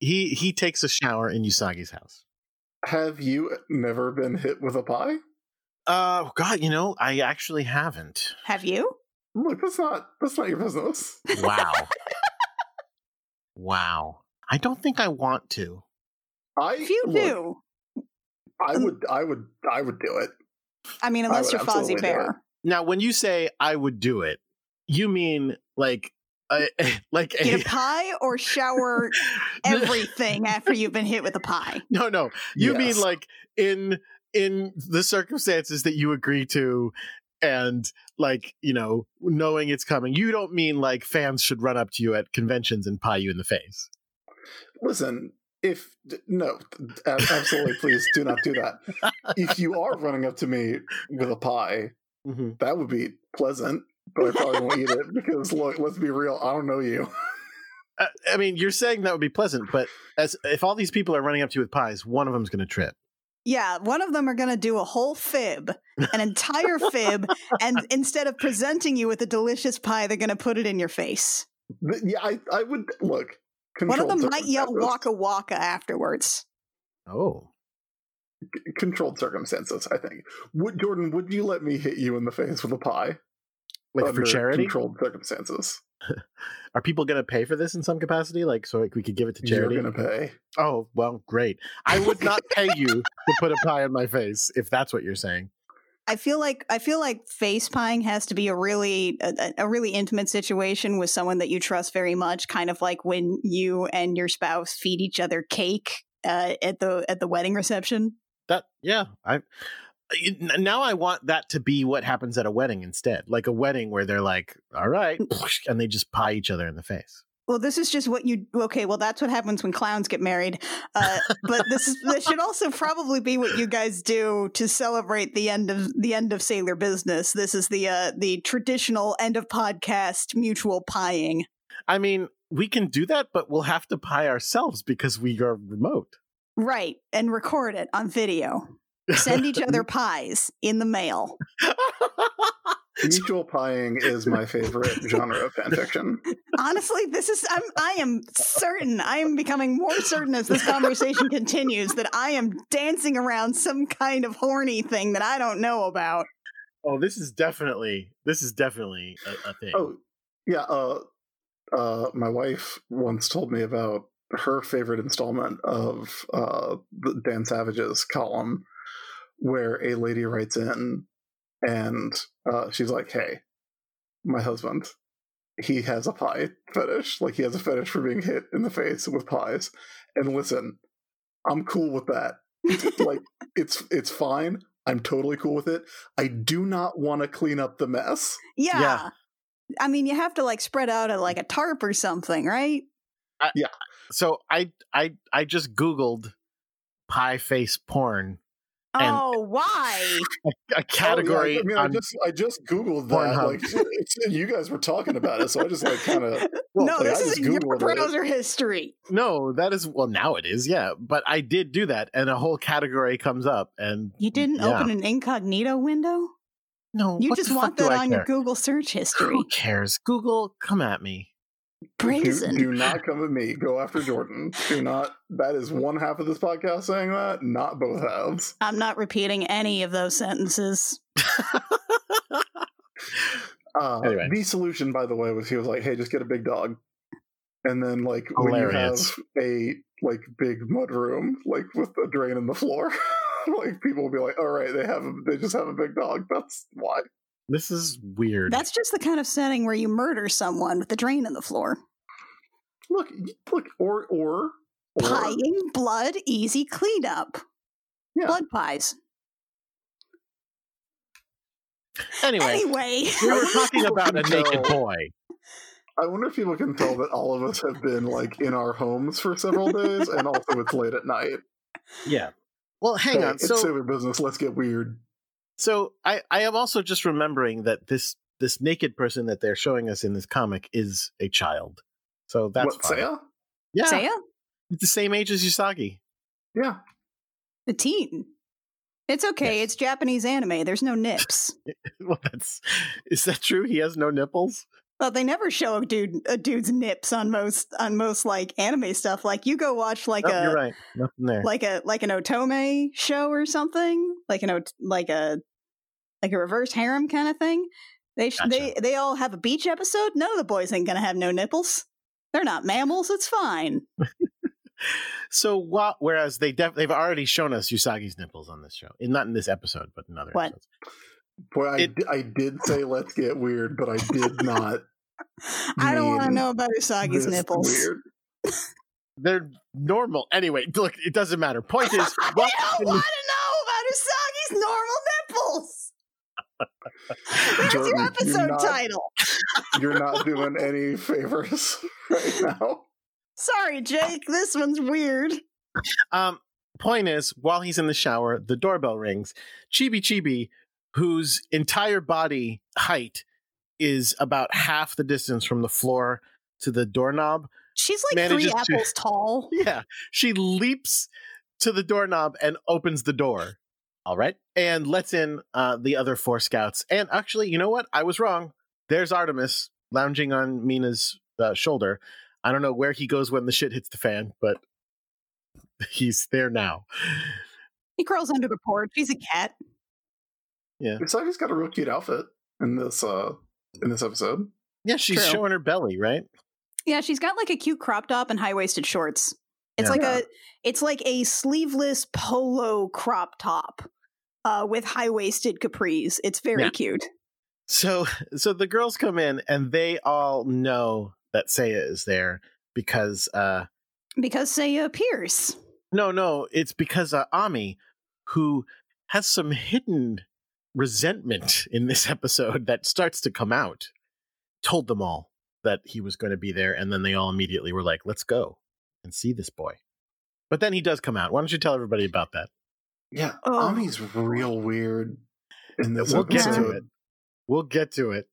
He he takes a shower in Usagi's house. Have you never been hit with a pie? Uh God, you know, I actually haven't. Have you? Look, that's not that's not your business. Wow. wow. I don't think I want to. I If you look, do, Um, I would I would I would do it. I mean, would unless you're Fozzie absolutely do Bear. Now, when you say I would do it, you mean like a, like Get a pie or shower everything after you've been hit with a pie. No, no. You Yes. mean like in in the circumstances that you agree to and like, you know, knowing it's coming. You don't mean like fans should run up to you at conventions and pie you in the face. Listen, if no, a- absolutely, please do not do that. If you are running up to me with a pie, Mm-hmm. that would be pleasant, but I probably won't eat it because look, let's be real, I don't know you. I, Uh, I mean, you're saying that would be pleasant, but as if all these people are running up to you with pies, one of them's going to trip. Yeah, one of them are going to do a whole fib, an entire fib, and instead of presenting you with a delicious pie, they're going to put it in your face. But yeah, I I would look. One of controlled them might yell circumstances- waka waka afterwards. Oh. Controlled circumstances, I think. Would Jordan, would you let me hit you in the face with a pie? Like for under charity? Controlled circumstances. Are people going to pay for this in some capacity? Like, so like, we could give it to charity? You're gonna pay. Oh, well, great. I would not pay you to put a pie in my face if that's what you're saying. I feel like I feel like face pieing has to be a really a, a really intimate situation with someone that you trust very much, kind of like when you and your spouse feed each other cake uh, at the at the wedding reception. That, yeah. I n- Now I want that to be what happens at a wedding instead. Like a wedding where they're like, all right, and they just pie each other in the face. Well, this is just what you okay. Well, that's what happens when clowns get married. Uh, but this is, this should also probably be what you guys do to celebrate the end of the end of sailor business. This is the uh, the traditional end of podcast mutual pieing. I mean, we can do that, but we'll have to pie ourselves because we are remote. Right, and record it on video. Send each other pies in the mail. Mutual pieing is my favorite genre of fanfiction. Honestly, this is I'm I am certain, I am becoming more certain as this conversation continues that I am dancing around some kind of horny thing that I don't know about. Oh, this is definitely this is definitely a, a thing. Oh, yeah. Uh, uh, my wife once told me about her favorite installment of uh, the Dan Savage's column, where a lady writes in and uh, she's like, "Hey, my husband." He has a pie fetish. Like, he has a fetish for being hit in the face with pies. And listen, I'm cool with that. like it's it's fine. I'm totally cool with it. I do not want to clean up the mess. Yeah. Yeah. I mean, you have to like spread out a, like a tarp or something, right? So I I I just googled pie face porn, And- oh, why? a category Oh, I, mean, I on just I just googled that. Pornhub. Like it's, you guys were talking about it, so I just like kind of no, like, this I is just in your Googled it. browser history. No, that is well now it is, yeah. But I did do that and a whole category comes up and You didn't Yeah. open an incognito window? no You what just the want fuck do that I on your care? Google search history. Who cares? Google, come at me. Brazen. Do, do not come at me. Go after Jordan. Do not. That is one half of this podcast saying that, not both halves. I'm not repeating any of those sentences. Uh, Anyway. The solution, by the way, was he was like, "Hey, just get a big dog," and then like Hilarious. when you have a like big mud room, like with a drain in the floor, like people will be like, "All right, they have a, they just have a big dog." That's why. this is weird. That's just the kind of setting where you murder someone with a drain in the floor. Look, y- look, or or, or Pieing blood, easy cleanup. Yeah. Blood pies. anyway, Anyway, we were talking about a No. naked boy. I wonder if people can tell that all of us have been like in our homes for several days, and also it's late at night. Yeah. Well, hang Hey, on. it's So, sailor business. Let's get weird. so I, I am also just remembering that this this naked person that they're showing us in this comic is a child. So that's what fine. Saya? Yeah, Saya, it's the same age as Usagi. Yeah, the teen. It's okay. Yes. It's Japanese anime. There's no nips. Well, that's is that true? He has no nipples. Well, they never show a dude a dude's nips on most on most like anime stuff. Like you go watch like Nope, a you're right. Nothing there. like a like an otome show or something, like an ot- like a like a reverse harem kind of thing. They sh- Gotcha. they they all have a beach episode. None of the boys ain't gonna have no nipples. They're not mammals. It's fine. So what? Whereas they def- they've already shown us Usagi's nipples on this show, and not in this episode, but in other What? episodes. boy, I, It- di- I did say let's get weird, but I did not. I don't want to Mean. know about Usagi's This nipples. Weird. They're normal anyway. Look, it doesn't matter. Point is, I what don't can want to know about Usagi's normal nipples. There's Jordan, your you're episode not- title. You're not doing any favors right now. Sorry, Jake. This one's weird. Um, point is, while he's in the shower, the doorbell rings. Chibi Chibi, whose entire body height is about half the distance from the floor to the doorknob. She's like Manages three to- apples tall. Yeah, she leaps to the doorknob and opens the door. All right, and lets in uh, the other four scouts. And actually, you know what? I was wrong. There's Artemis lounging on Mina's uh, shoulder. I don't know where he goes when the shit hits the fan, but he's there now. He crawls under the porch. He's a cat. Usagi's got a real cute outfit in this uh in this episode. Yeah, she's True. showing her belly, right? Yeah, she's got like a cute crop top and high waisted shorts. It's Yeah. like Yeah. a it's like a sleeveless polo crop top uh, with high waisted capris. It's very Yeah. cute. So so the girls come in and they all know that Saya is there because uh Because Saya appears. no no, it's because uh, Ami who has some hidden resentment in this episode that starts to come out told them all that he was going to be there and then they all immediately were like, "Let's go and see this boy." But then he does come out. Why don't you tell everybody about that? Yeah, Oh. Ami's real weird in this We'll get episode. to it. We'll get to it.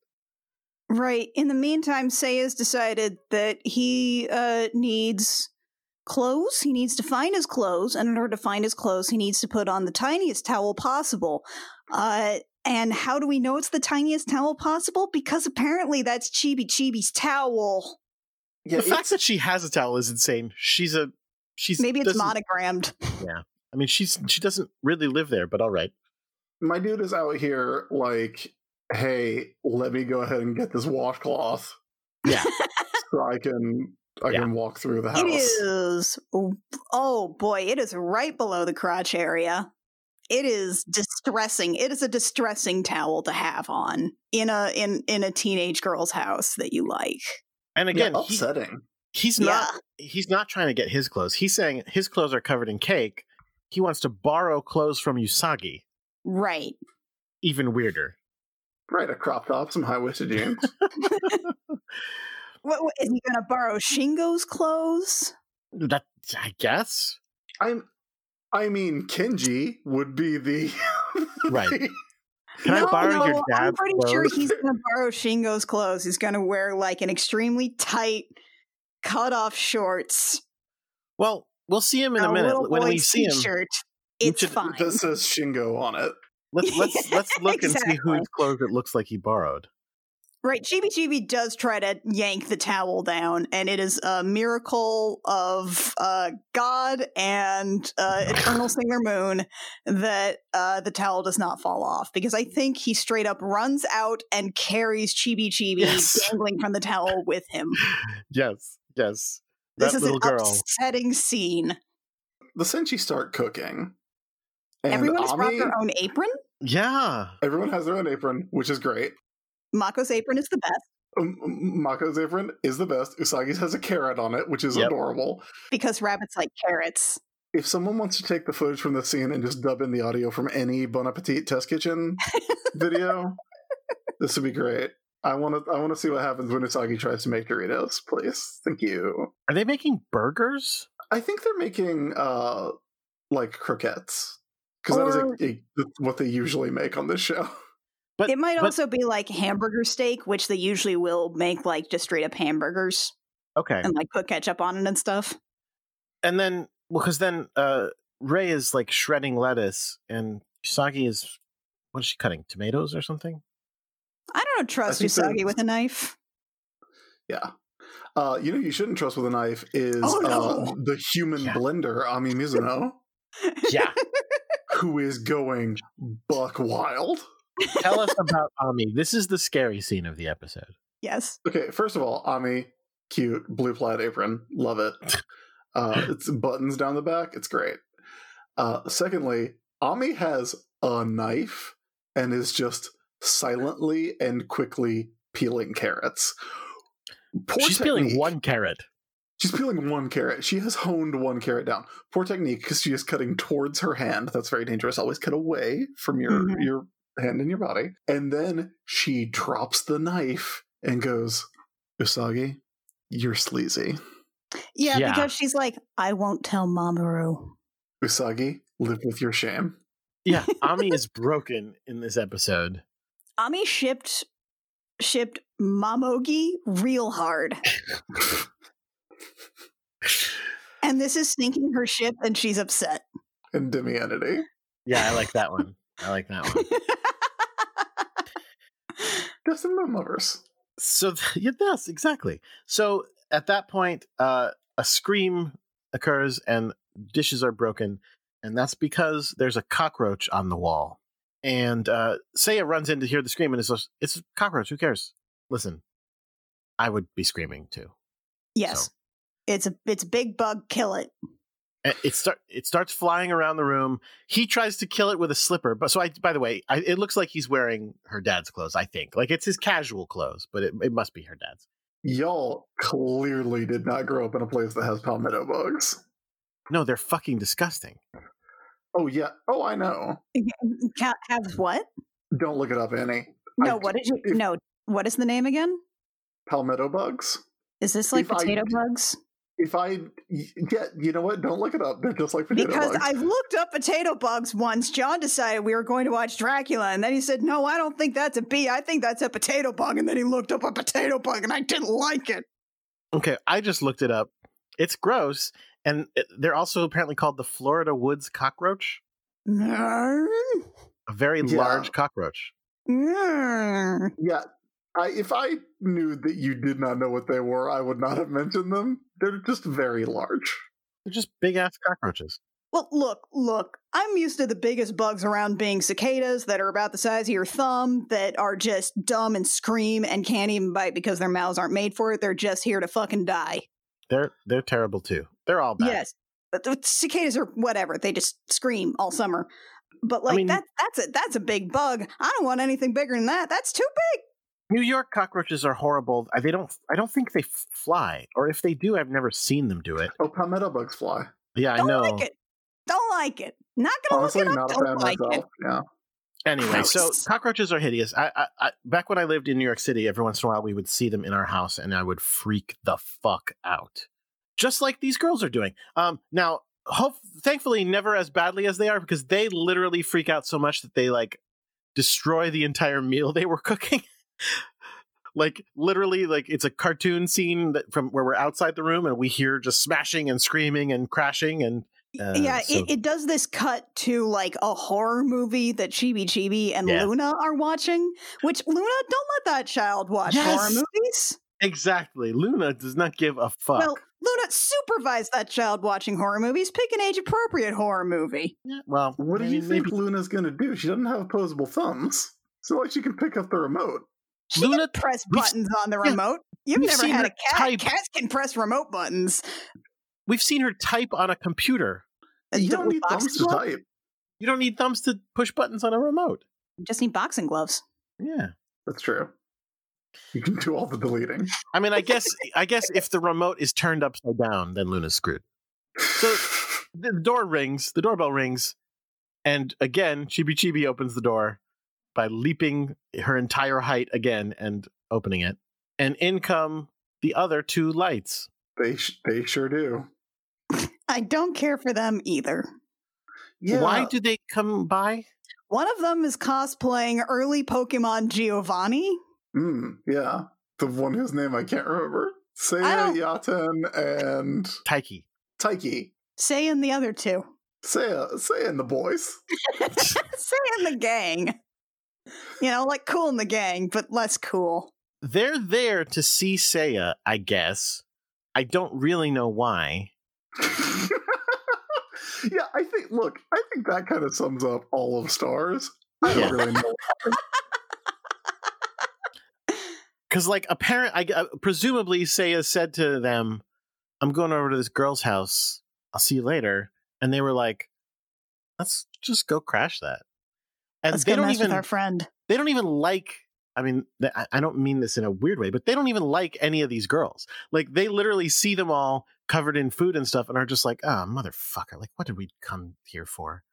Right. In the meantime, Saya's decided that he uh, needs clothes. He needs to find his clothes. And in order to find his clothes, he needs to put on the tiniest towel possible. Uh, and how do we know it's the tiniest towel possible? Because apparently that's Chibi Chibi's towel. Yeah, the fact it's- that she has a towel is insane. She's a she's Maybe it's doesn't- monogrammed. I mean, she's she doesn't really live there, but all right. my dude is out here like, hey, let me go ahead and get this washcloth. Yeah. so I can I Yeah. can walk through the It house. is. Oh boy, it is right below the crotch area. It is distressing. It is a distressing towel to have on in a in in a teenage girl's house that you like. And Yeah, again, he- upsetting. he's not he's not trying to get his clothes. He's saying his clothes are covered in cake. He wants to borrow clothes from Usagi. right. Even weirder. Right, a crop top, some high waisted jeans. What, what, is he going to borrow Shingo's clothes? That I guess. I'm I mean Kenji would be the Right. the- Can I borrow your I'm dad's pretty sure clothes? he's going to borrow Shingo's clothes. He's going to wear like an extremely tight cut off shorts. Well, we'll see him in a, and minute little when we boy's see him. t-shirt. you It's should- fine. that says Shingo on it. Let's let's let's look and see Exactly. whose clothes it looks like he borrowed. Right, GBGB does try to yank the towel down, and it is a miracle of uh, God and uh, Eternal Singer Moon that uh, the towel does not fall off because I think he straight up runs out and carries Chibi Chibi Yes. dangling from the towel with him. Yes, yes. That This is little an girl. upsetting scene. The Senshi start cooking. And Everyone has brought Ami- their own apron. Yeah. Everyone has their own apron, which is great. Mako's apron is the best Um, um, Mako's apron is the best. Usagi's has a carrot on it, which is Yep. adorable. because rabbits like carrots. If someone wants to take the footage from the scene and just dub in the audio from any Bon Appetit Test Kitchen video, this would be great. I want to. I want to see what happens when Usagi tries to make Doritos. Please, thank you. Are they making burgers? I think they're making uh like croquettes because Or- that is a, a, what they usually make on this show. But it might but- also be like hamburger steak, which they usually will make like just straight up hamburgers okay. and like put ketchup on it and stuff. and then well because then uh ray is like shredding lettuce and usagi is what is she cutting tomatoes or something I don't trust think Usagi so. with a knife. Yeah. Uh, you know, you shouldn't trust with a knife is Oh, no. uh, the human Yeah. blender Ami Mizuno, yeah who is going buck wild. tell us about ami this is the scary scene of the episode Yes. Okay, first of all, Ami, cute blue plaid apron, love it. Uh, it's buttons down the back, it's great. Uh, secondly, Ami has a knife and is just silently and quickly peeling carrots. Poor she's peeling technique. one carrot She's peeling one carrot. She has honed one carrot down. Poor technique because she is cutting towards her hand. That's very dangerous. Always cut away from your Mhm. your hand and your body. And then she drops the knife and goes, "Usagi, you're sleazy. Yeah, Yeah. because she's like, I won't tell Mamoru. Usagi, live with your shame." yeah ami is broken in this episode Ami shipped shipped Mamogi real hard. and this is sinking her ship and she's upset. And demianity. yeah i like that one i like that one Just in the lovers. so th- yeah, yes exactly so at that point uh a scream occurs and dishes are broken and that's because there's a cockroach on the wall and uh saya runs in to hear the scream and is just, it's a cockroach who cares listen i would be screaming too yes. So- It's a it's big bug, kill it. And Eh, it start it starts flying around the room he tries to kill it with a slipper but so i by the way I, it looks like he's wearing her dad's clothes i think like it's his casual clothes but it, it must be her dad's Y'all clearly did not grow up in a place that has palmetto bugs. no they're fucking disgusting Oh yeah. Oh, I know. Ca- Have what? Don't look it up, Annie. No, I- what did you if- no what is the name again? Palmetto bugs. Is this like If I- potato bugs? If I y- yeah, you know what? Don't look it up. They're just like potato Because bugs. I've looked up potato bugs once. John decided we were going to watch Dracula, and then he said, No, I don't think that's a bee. I think that's a potato bug. And then he looked up a potato bug, and I didn't like it. Okay, I just looked it up. It's gross, and it- they're also apparently called the Florida woods cockroach, Mm, a very Yeah. large cockroach. mm. yeah, I, if I knew that you did not know what they were, I would not have mentioned them. They're just very large. They're just big ass cockroaches. Well, look, look, I'm used to the biggest bugs around being cicadas that are about the size of your thumb, that are just dumb and scream and can't even bite because their mouths aren't made for it. They're just here to fucking die. They're they're terrible too. They're all bad. Yes, but the cicadas are whatever. They just scream all summer. But like mean- that that's a that's a big bug. I don't want anything bigger than that. That's too big. New York cockroaches are horrible. I- They don't. I don't think they f- fly, or if they do, I've never seen them do it. Oh, palmetto bugs fly. Yeah, Don't I know. like it. Don't like it. Not gonna Honestly, look it not up. a fan Don't like it. myself. Yeah, Anyway, so Gross. cockroaches are hideous. I, I, I back when I lived in New York City, every once in a while we would see them in our house, and I would freak the fuck out, just like these girls are doing. Um, now, hope thankfully never as badly as they are because they literally freak out so much that they like destroy the entire meal they were cooking. like literally, like it's a cartoon scene that from where we're outside the room and we hear just smashing and screaming and crashing, and Uh, yeah, so- it, it does this cut to like a horror movie that Chibi Chibi and Yeah. Luna are watching, which Luna, don't let that child watch horror Yes! movies. exactly. Luna does not give a fuck. Well, Luna, supervise that child watching horror movies. Pick an age appropriate horror movie. Yeah, well, What do I you mean, think maybe- Luna's gonna do? She doesn't have opposable thumbs. It's not like she can pick up the remote. She Luna- can press we've- buttons on the yeah, remote. You've we've never seen had her a cat. type- Cats can press remote buttons. We've seen her type on a computer. You don't With need boxing thumbs to gloves? type. You don't need thumbs to push buttons on a remote. You just need boxing gloves. Yeah. That's true. You can do all the deleting. I mean, I guess I guess if the remote is turned upside down, then Luna's screwed. So- The the door rings, the doorbell rings, and again, Chibi Chibi opens the door by leaping her entire height again and opening it. And in come the other two lights. they sh- they sure do. I don't care for them either. Yeah. Why do they come by? One of them is cosplaying early Pokemon Giovanni. Mm, yeah. The one whose name I can't remember. I Seiya don't- Yaten and Taiki. Taiki. Say in the other two. Seiya, Seiya and the boys. Say in the gang. You know, like cool in the gang, but less cool. They're there to see Seiya, I guess. I don't really know why. yeah, I think. Look, I think that kind of sums up all of stars. I Yeah. don't really know. because like apparent I uh, presumably Seiya said to them, "I'm going over to this girl's house. I'll see you later." And they were like, "Let's just go crash that." And Let's they go don't mess even with our friend. they don't even like. I mean, th- I- I don't mean this in a weird way, but they don't even like any of these girls. Like they literally see them all covered in food and stuff, and are just like, "Ah, motherfucker! Like, what did we come here for?"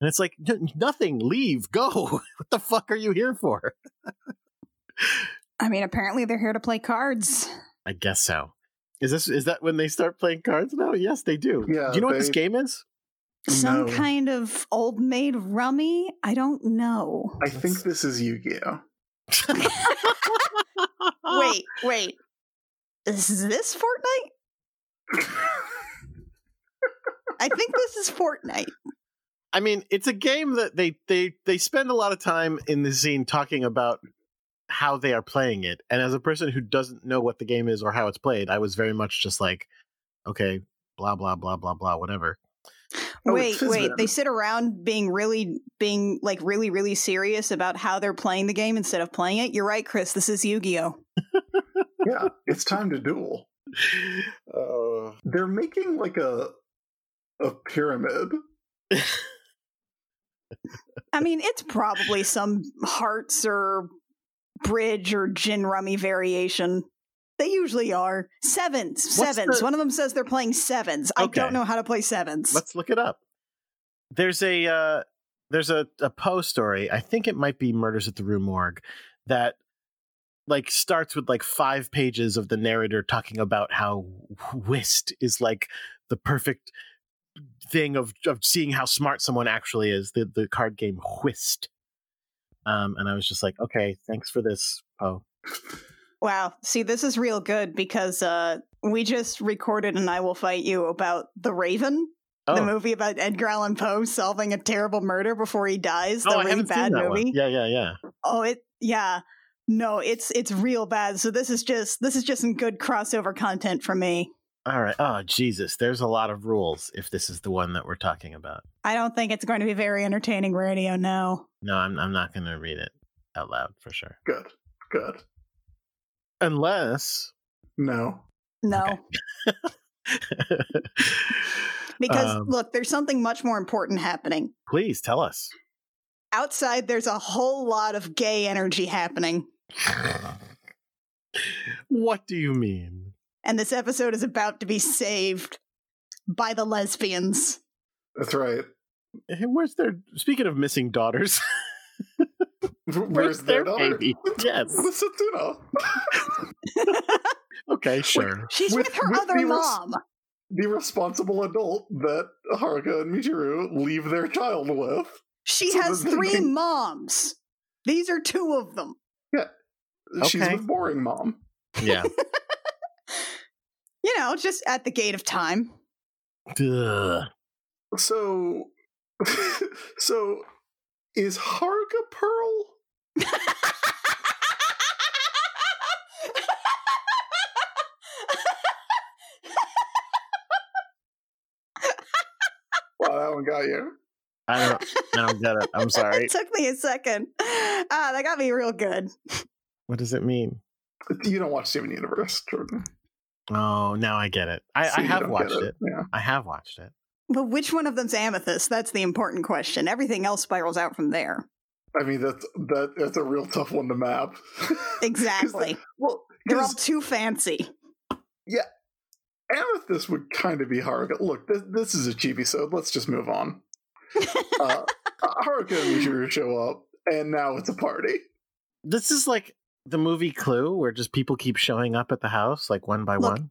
And it's like, "N- nothing. Leave. Go. what the fuck are you here for? I mean, apparently they're here to play cards. I guess so. Is this is that when they start playing cards now? Yes, they do. Yeah, Do you know what this they- game is? Some No. kind of old maid rummy? I don't know. I think this is Yu-Gi-Oh. Oh. wait, wait. Is this Fortnite? I think this is Fortnite. I mean, it's a game that they they they spend a lot of time in the scene talking about how they are playing it. And as a person who doesn't know what the game is or how it's played, I was very much just like, okay, blah blah blah blah blah, whatever. Oh, wait, it's Fizbin. wait. They sit around being really, being like really, really serious about how they're playing the game instead of playing it. You're right, Chris. This is Yu Gi Oh! yeah, it's time to duel. Oh, They're making like a a pyramid. I mean, it's probably some hearts or bridge or gin rummy variation. They usually are sevens. sevens. the- One of them says they're playing sevens. I Okay. don't know how to play 7s Let's look it up. There's a uh, there's a, a Poe story. I think it might be Murders at the Rue Morgue that like starts with like five pages of the narrator talking about how whist is like the perfect thing of of seeing how smart someone actually is. The the card game whist. Um, and I was just like, okay, thanks for this, Poe. Wow. See, this is real good because uh, we just recorded an I Will Fight You about The Raven, the Oh, movie about Edgar Allan Poe solving a terrible murder before he dies. oh the I really haven't bad seen that movie. one. Yeah, yeah, yeah. Oh, it yeah. No, it's it's real bad. So this is just this is just some good crossover content for me. All right. Oh, Jesus. There's a lot of rules if this is the one that we're talking about. I don't think it's going to be very entertaining radio now. No, I'm I'm not going to read it out loud for sure. Good, good. Unless No, No, Okay. because Um, look, there's something much more important happening. please tell us. Outside there's a whole lot of gay energy happening. what do you mean? And this episode is about to be saved by the lesbians. that's right. Hey, Where's their speaking of missing daughters? Where's, their, daughter? baby? Yes. Listen to know. Okay, sure. She's with, With- her with other the res- mom. the responsible adult that Haruka and Michiru leave their child with. She So has the- the- three moms. These are two of them. She's Okay. with boring mom. Yeah. You know, just at the gate of time. Duh. So, so is Haruka Pearl? Wow, that one got you. I don't. I don't get it. I'm sorry. it took me a second. Ah, that got me real good. What does it mean? You don't watch Steven Universe, Jordan. Oh, now I get it. I, So I you have don't get watched it. Yeah. I have watched it. But which one of them's amethyst? That's the important question. Everything else spirals out from there. I mean that's that that's a real tough one to map. 'Cause, Exactly. well, They're all 'cause too fancy. Amethyst would kind of be Haruka. Look, this, this is a chibi, so let's just move on. Uh, Haruka and Michiru show up, and now it's a party. This is like the movie Clue, where just people keep showing up at the house, like one by Look, one.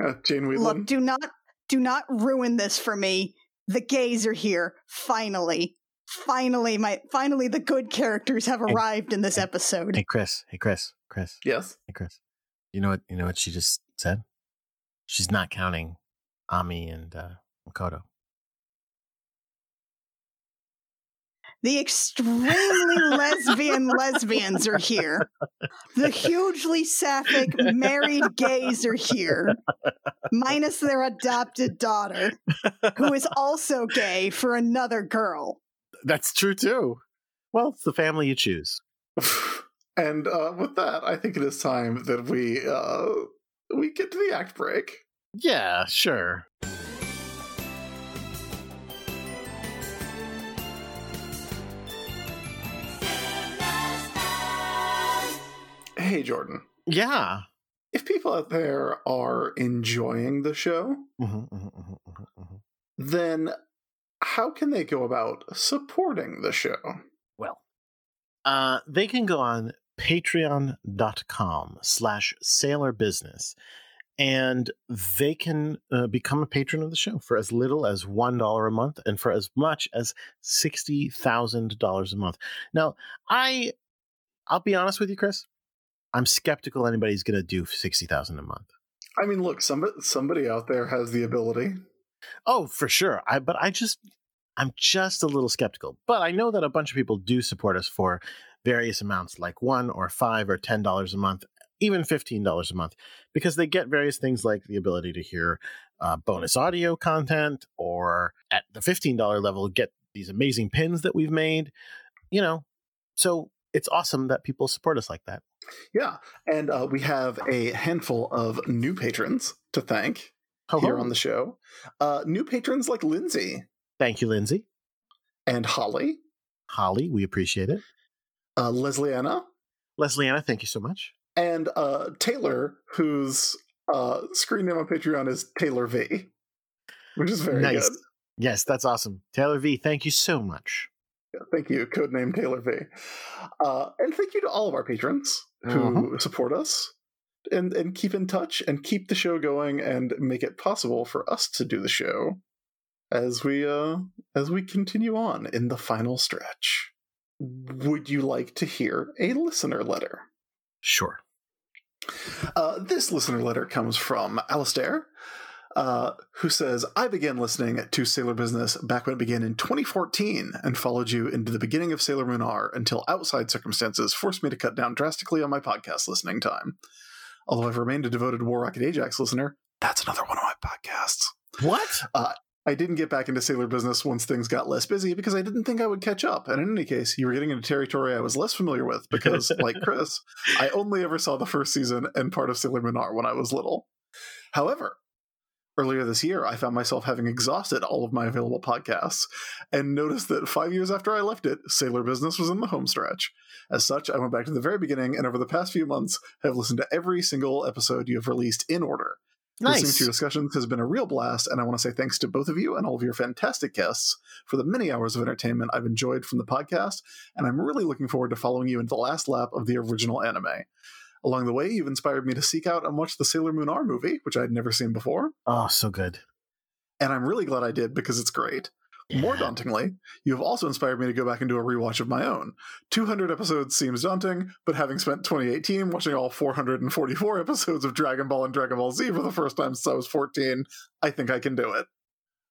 Uh, Jane Whelan. Look, do not do not ruin this for me. The gays are here. Finally. Finally, my finally the good characters have arrived in this episode. Hey, Chris. Hey, Chris. Chris. yes. Hey, Chris. You know what? You know what she just said. She's not counting Ami and uh, Makoto. The extremely lesbian lesbians are here. The hugely sapphic married gays are here, minus their adopted daughter, who is also gay for another girl. That's true too. Well, it's the family you choose. and uh, with that, I think it is time that we uh, we get to the act break. Yeah, sure. Hey, Jordan. Yeah. If people out there are enjoying the show, Mhm, mhm, mhm, mhm, mhm. then how can they go about supporting the show? Well, uh, they can go on patreon.com slash sailor business and they can uh, become a patron of the show for as little as $1 a month and for as much as $60,000 a month. Now, I I'll be honest with you, Chris. I'm skeptical anybody's going to do 60,000 a month. I mean, look, somebody somebody out there has the ability. Oh, for sure. I but I just I'm just a little skeptical. But I know that a bunch of people do support us for various amounts like 1 or 5 or $10 a month, even $15 a month because they get various things like the ability to hear uh, bonus audio content or at the $15 level get these amazing pins that we've made, you know. So it's awesome that people support us like that. Yeah, and uh, we have a handful of new patrons to thank Ho, here ho. on the show. Uh, new patrons like Lindsay Thank you, Lindsay. and Holly, Holly, we appreciate it. uh, Leslieanna, Leslie Anna, thank you so much. and uh, Taylor, whose uh, screen name on Patreon is Taylor V, which is very Nice. good. Yes, that's awesome. Taylor V, thank you so much. Thank you, codename Taylor V. Uh, and thank you to all of our patrons who support us and, and keep in touch and keep the show going and make it possible for us to do the show as we uh, as we continue on in the final stretch. Would you like to hear a listener letter? Sure. Uh, this listener letter comes from Alistair, uh, who says, I began listening to Sailor Business back when it began in 2014 and followed you into the beginning of Sailor Moon R until outside circumstances forced me to cut down drastically on my podcast listening time. Although I've remained a devoted War Rocket Ajax listener, that's another one of my podcasts. What? I didn't get back into sailor business once things got less busy because I didn't think I would catch up. And in any case, you were getting into territory I was less familiar with because, like Chris, I only ever saw the first season and part of Sailor Moon R when I was little. However, earlier this year, I found myself having exhausted all of my available podcasts and noticed that five years after I left it, Sailor Business was in the home stretch. As such, I went back to the very beginning and over the past few months have listened to every single episode you have released in order. Listening to your discussions has been a real blast, and I want to say thanks to both of you and all of your fantastic guests for the many hours of entertainment I've enjoyed from the podcast, and I'm really looking forward to following you into the last lap of the original anime. Along the way, you've inspired me to seek out and watch the Sailor Moon R movie, which I'd never seen before, Oh, so good. and I'm really glad I did because it's great. More dauntingly, you have also inspired me to go back and do a rewatch of my own. 200 episodes seems daunting, but having spent 2018 watching all 444 episodes of Dragon Ball and Dragon Ball Z for the first time since I was 14, I think I can do it.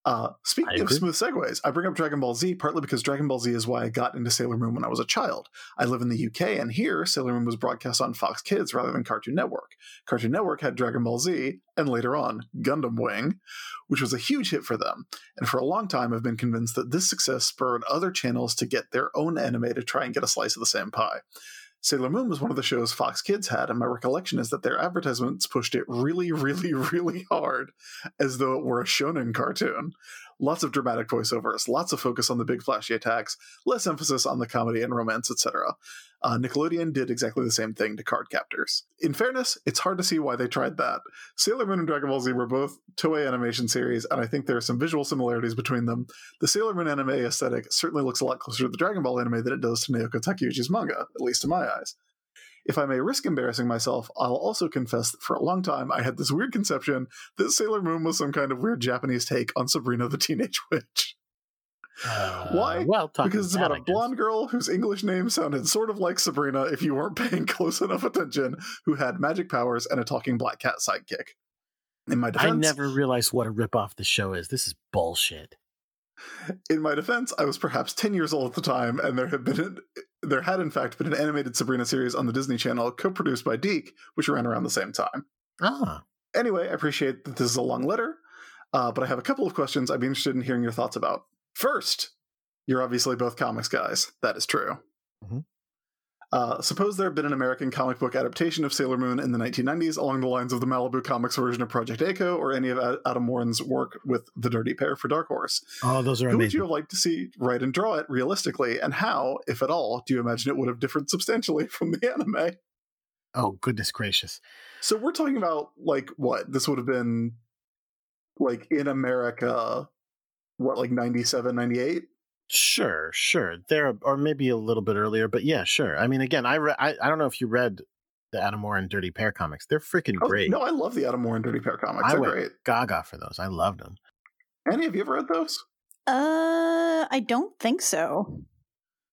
Uh, speaking I of agree. smooth segues, I bring up Dragon Ball Z partly because Dragon Ball Z is why I got into Sailor Moon when I was a child. I live in the UK, and here Sailor Moon was broadcast on Fox Kids rather than Cartoon Network. Cartoon Network had Dragon Ball Z, and later on, Gundam Wing, which was a huge hit for them. And for a long time, I've been convinced that this success spurred other channels to get their own anime to try and get a slice of the same pie. Sailor Moon was one of the shows Fox Kids had, and my recollection is that their advertisements pushed it really, really, really hard, as though it were a shonen cartoon. Lots of dramatic voiceovers, lots of focus on the big flashy attacks, less emphasis on the comedy and romance, etc. Uh, Nickelodeon did exactly the same thing to card captors. In fairness, it's hard to see why they tried that. Sailor Moon and Dragon Ball Z were both Toei animation series, and I think there are some visual similarities between them. The Sailor Moon anime aesthetic certainly looks a lot closer to the Dragon Ball anime than it does to Naoko Takeuchi's manga, at least in my eyes. If I may risk embarrassing myself, I'll also confess that for a long time I had this weird conception that Sailor Moon was some kind of weird Japanese take on Sabrina the Teenage Witch. Uh, Why? Well, talking because it's that, about I a guess. blonde girl whose English name sounded sort of like Sabrina if you weren't paying close enough attention, who had magic powers and a talking black cat sidekick. In my defense, I never realized what a ripoff the show is. This is bullshit. in my defense, I was perhaps 10 years old at the time, and there had been there had in fact been an animated Sabrina series on the Disney Channel co-produced by Deke, which ran around the same time. Ah, Anyway, I appreciate that this is a long letter, uh, but I have a couple of questions I'd be interested in hearing your thoughts about. First, you're obviously both comics guys. That is true. Mhm. Uh, suppose there had been an American comic book adaptation of Sailor Moon in the 1990s along the lines of the Malibu Comics version of Project Echo or any of Ad- Adam Warren's work with The Dirty Pair for Dark Horse. oh, those are Who would you amazing. have liked to see write and draw it realistically, and how, if at all, do you imagine it would have differed substantially from the anime? Oh, goodness gracious! So we're talking about like what this would have been like in America, what like 97, 98? Sure, sure. There, or maybe a little bit earlier, but yeah, sure. I mean, again, I re- I, I don't know if you read the Adam Moore and Dirty Pair comics. They're freaking Oh, great. No, I love the Adam Moore and Dirty Pair comics. I They're went- great. Gaga for those. I loved them. Annie, have you ever read those? Uh, I don't think so.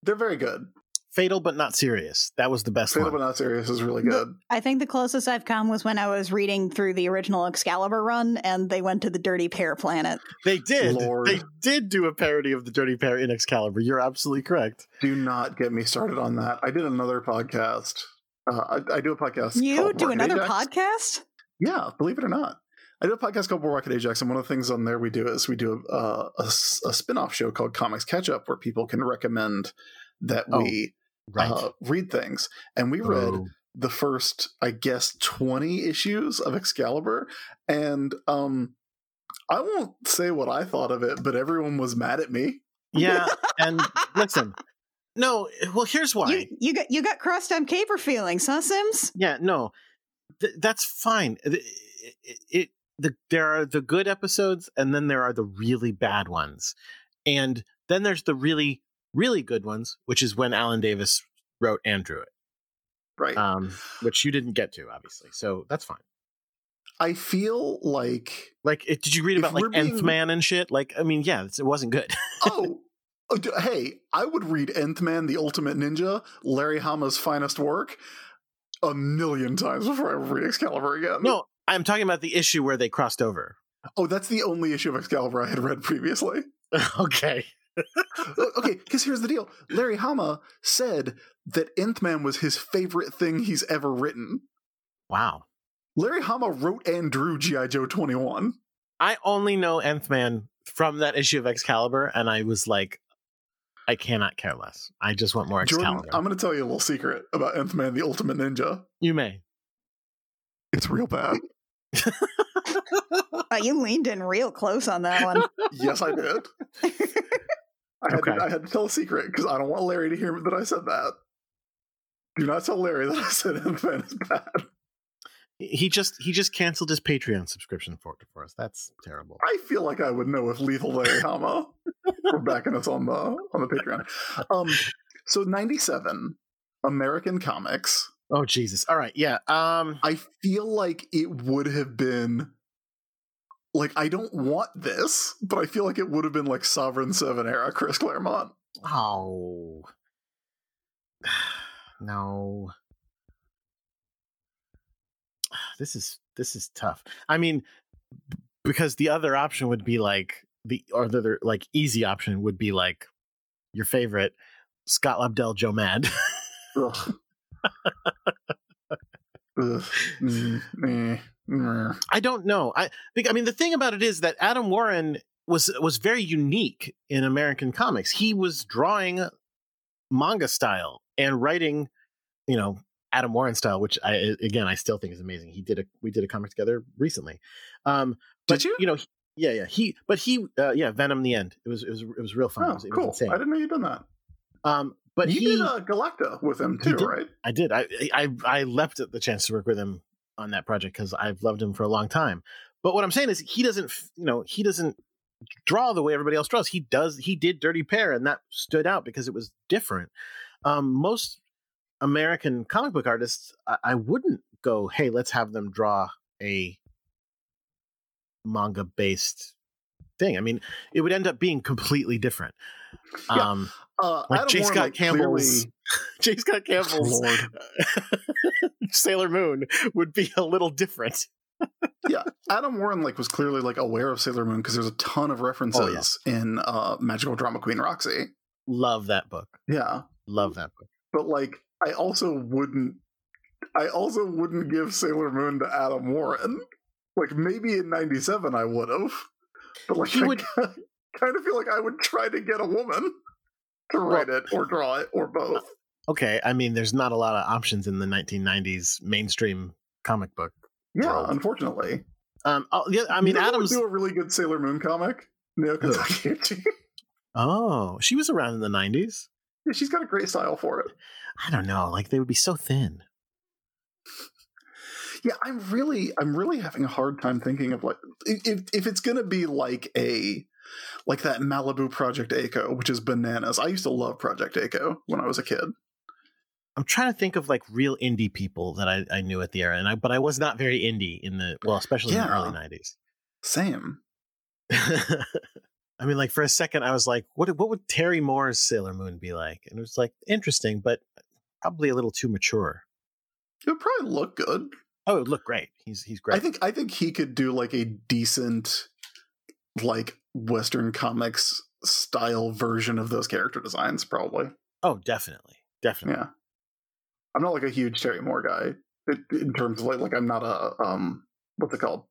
They're very good. Fatal but not serious. That was the best Fatal one. but not serious is really The- good. I think the closest I've come was when I was reading through the original Excalibur run, and they went to the Dirty Pear Planet. They did. Lord. They did do a parody of the Dirty Pair in Excalibur. You're absolutely correct. Do not get me started on that. I did another podcast. Uh, I, I do a podcast. You called do Market another Ajax. podcast? Yeah, believe it or not. I do a podcast called War Rocket Ajax, and one of the things on there we do is we do a, a, a spin off show called Comics Catch Up where people can recommend that Oh, we Right. uh, read things. And we read Oh. the first, I guess, 20 issues of Excalibur. And um, I won't say what I thought of it, but everyone was mad at me. Yeah, and listen. No, well, here's why. You, you got you got crust on caper feelings, huh, Sims? yeah, no, Th- that's fine. Th- It, it- the, there are the good episodes, and then there are the really bad ones, and then there's the really, really good ones, which is when Alan Davis wrote and drew it, Right. um, which you didn't get to, obviously. So that's fine. I feel like Like, it, did you read If about like we're being- Nth Man and shit? Like, I mean, yeah, it's, it wasn't good. oh, oh, d- hey, I would read Nth Man, the Ultimate Ninja, Larry Hama's finest work, a million times before I read Excalibur again. no, I'm talking about the issue where they crossed over. Oh, that's the only issue of Excalibur I had read previously. okay. O- Oh, okay, because here's the deal Larry Hama said that Nth Man was his favorite thing he's ever written. Wow. Larry Hama wrote and drew G.I. Joe 21. I only know Nth Man from that issue of Excalibur, and I was like, I cannot care less. I just want more Jordan, um, Excalibur. I'm going to tell you a little secret about Nth Man, the Ultimate Ninja. you may. It's real bad. Uh, you leaned in real close on that one. yes, I did. I, had Okay. to, I had to tell a secret because I don't want Larry to hear that I said that. Do not tell Larry that I said Ant-Man is bad. He just he just canceled his Patreon subscription for for us. That's terrible. I feel like I would know if Lethal Larry Hama were backing us on the uh, on the Patreon. Um, so ninety seven American comics. Oh Jesus! All right, yeah. Um, I feel like it would have been like I don't want this, but I feel like it would have been like Sovereign Seven era Chris Claremont. oh no, this is this is tough. I mean, b- because the other option would be like the or the other like easy option would be like your favorite Scott Lobdell Joe Mad. Ugh. Ugh. Mm, meh, meh. I don't know. I think I mean the thing about it is that Adam Warren was was very unique in American comics. He was drawing manga style and writing, you know, Adam Warren style, which I again I still think is amazing. He did a we did a comic together recently. Um but, Did you? You know, he- yeah, yeah. He but he uh, yeah, Venom the End. It was it was it was real fun. it Oh, was, it was cool. insane. I didn't know you'd done that. Um but you he did uh, Galacta with him He too, did. right? I did. I I I left the chance to work with him on that project because I've loved him for a long time. But what I'm saying is he doesn't, f- you know, he doesn't draw the way everybody else draws. He does. He did Dirty Pair, and that stood out because it was different. Um, most American comic book artists, I, I wouldn't go, hey, let's have them draw a manga based thing. I mean, it would end up being completely different. Yeah. Um, Uh, like Adam J. Warren, Scott like, Campbell's. J. Scott Clearly, Campbell's Lord. Sailor Moon would be a little different. Adam Warren like was clearly like aware of Sailor Moon because there's a ton of Oh, references in uh, Magical Drama Queen Roxy. Love that book. Yeah, Love that book. but like I also wouldn't I also wouldn't give Sailor Moon to Adam Warren. Like maybe in 97 I would have. But like He I would- kind of feel like I would try to get a woman to write it or draw it or both. Okay, I mean, there's not a lot of options in the 1990s mainstream comic book. Yeah, Well, unfortunately. Um, oh, yeah, I mean, You know who would Adams. do a really good Sailor Moon comic. Naoko Takeuchi. Oh, she was around in the 90s. Yeah, She's got a great style for it. I don't know. Like they would be so thin. Yeah, I'm really, I'm really having a hard time thinking of like if if it's gonna be like a like that Malibu Project Echo, which is bananas. I used to love Project Echo when I was a kid. I'm trying to think of like real indie people that I, I knew at the era, and I but I was not very indie in the well, especially in the Yeah. early 90s. Same. I mean, like for a second, I was like, "What? What would Terry Moore's Sailor Moon be like?" And it was like interesting, but probably a little too mature. It would probably look good. Oh, it would look great. He's he's great. I think I think he could do like a decent like Western comics style version of those character designs, probably. oh, definitely, definitely. Yeah. I'm not like a huge Terry Moore guy in- in terms of like like I'm not a um what's it called?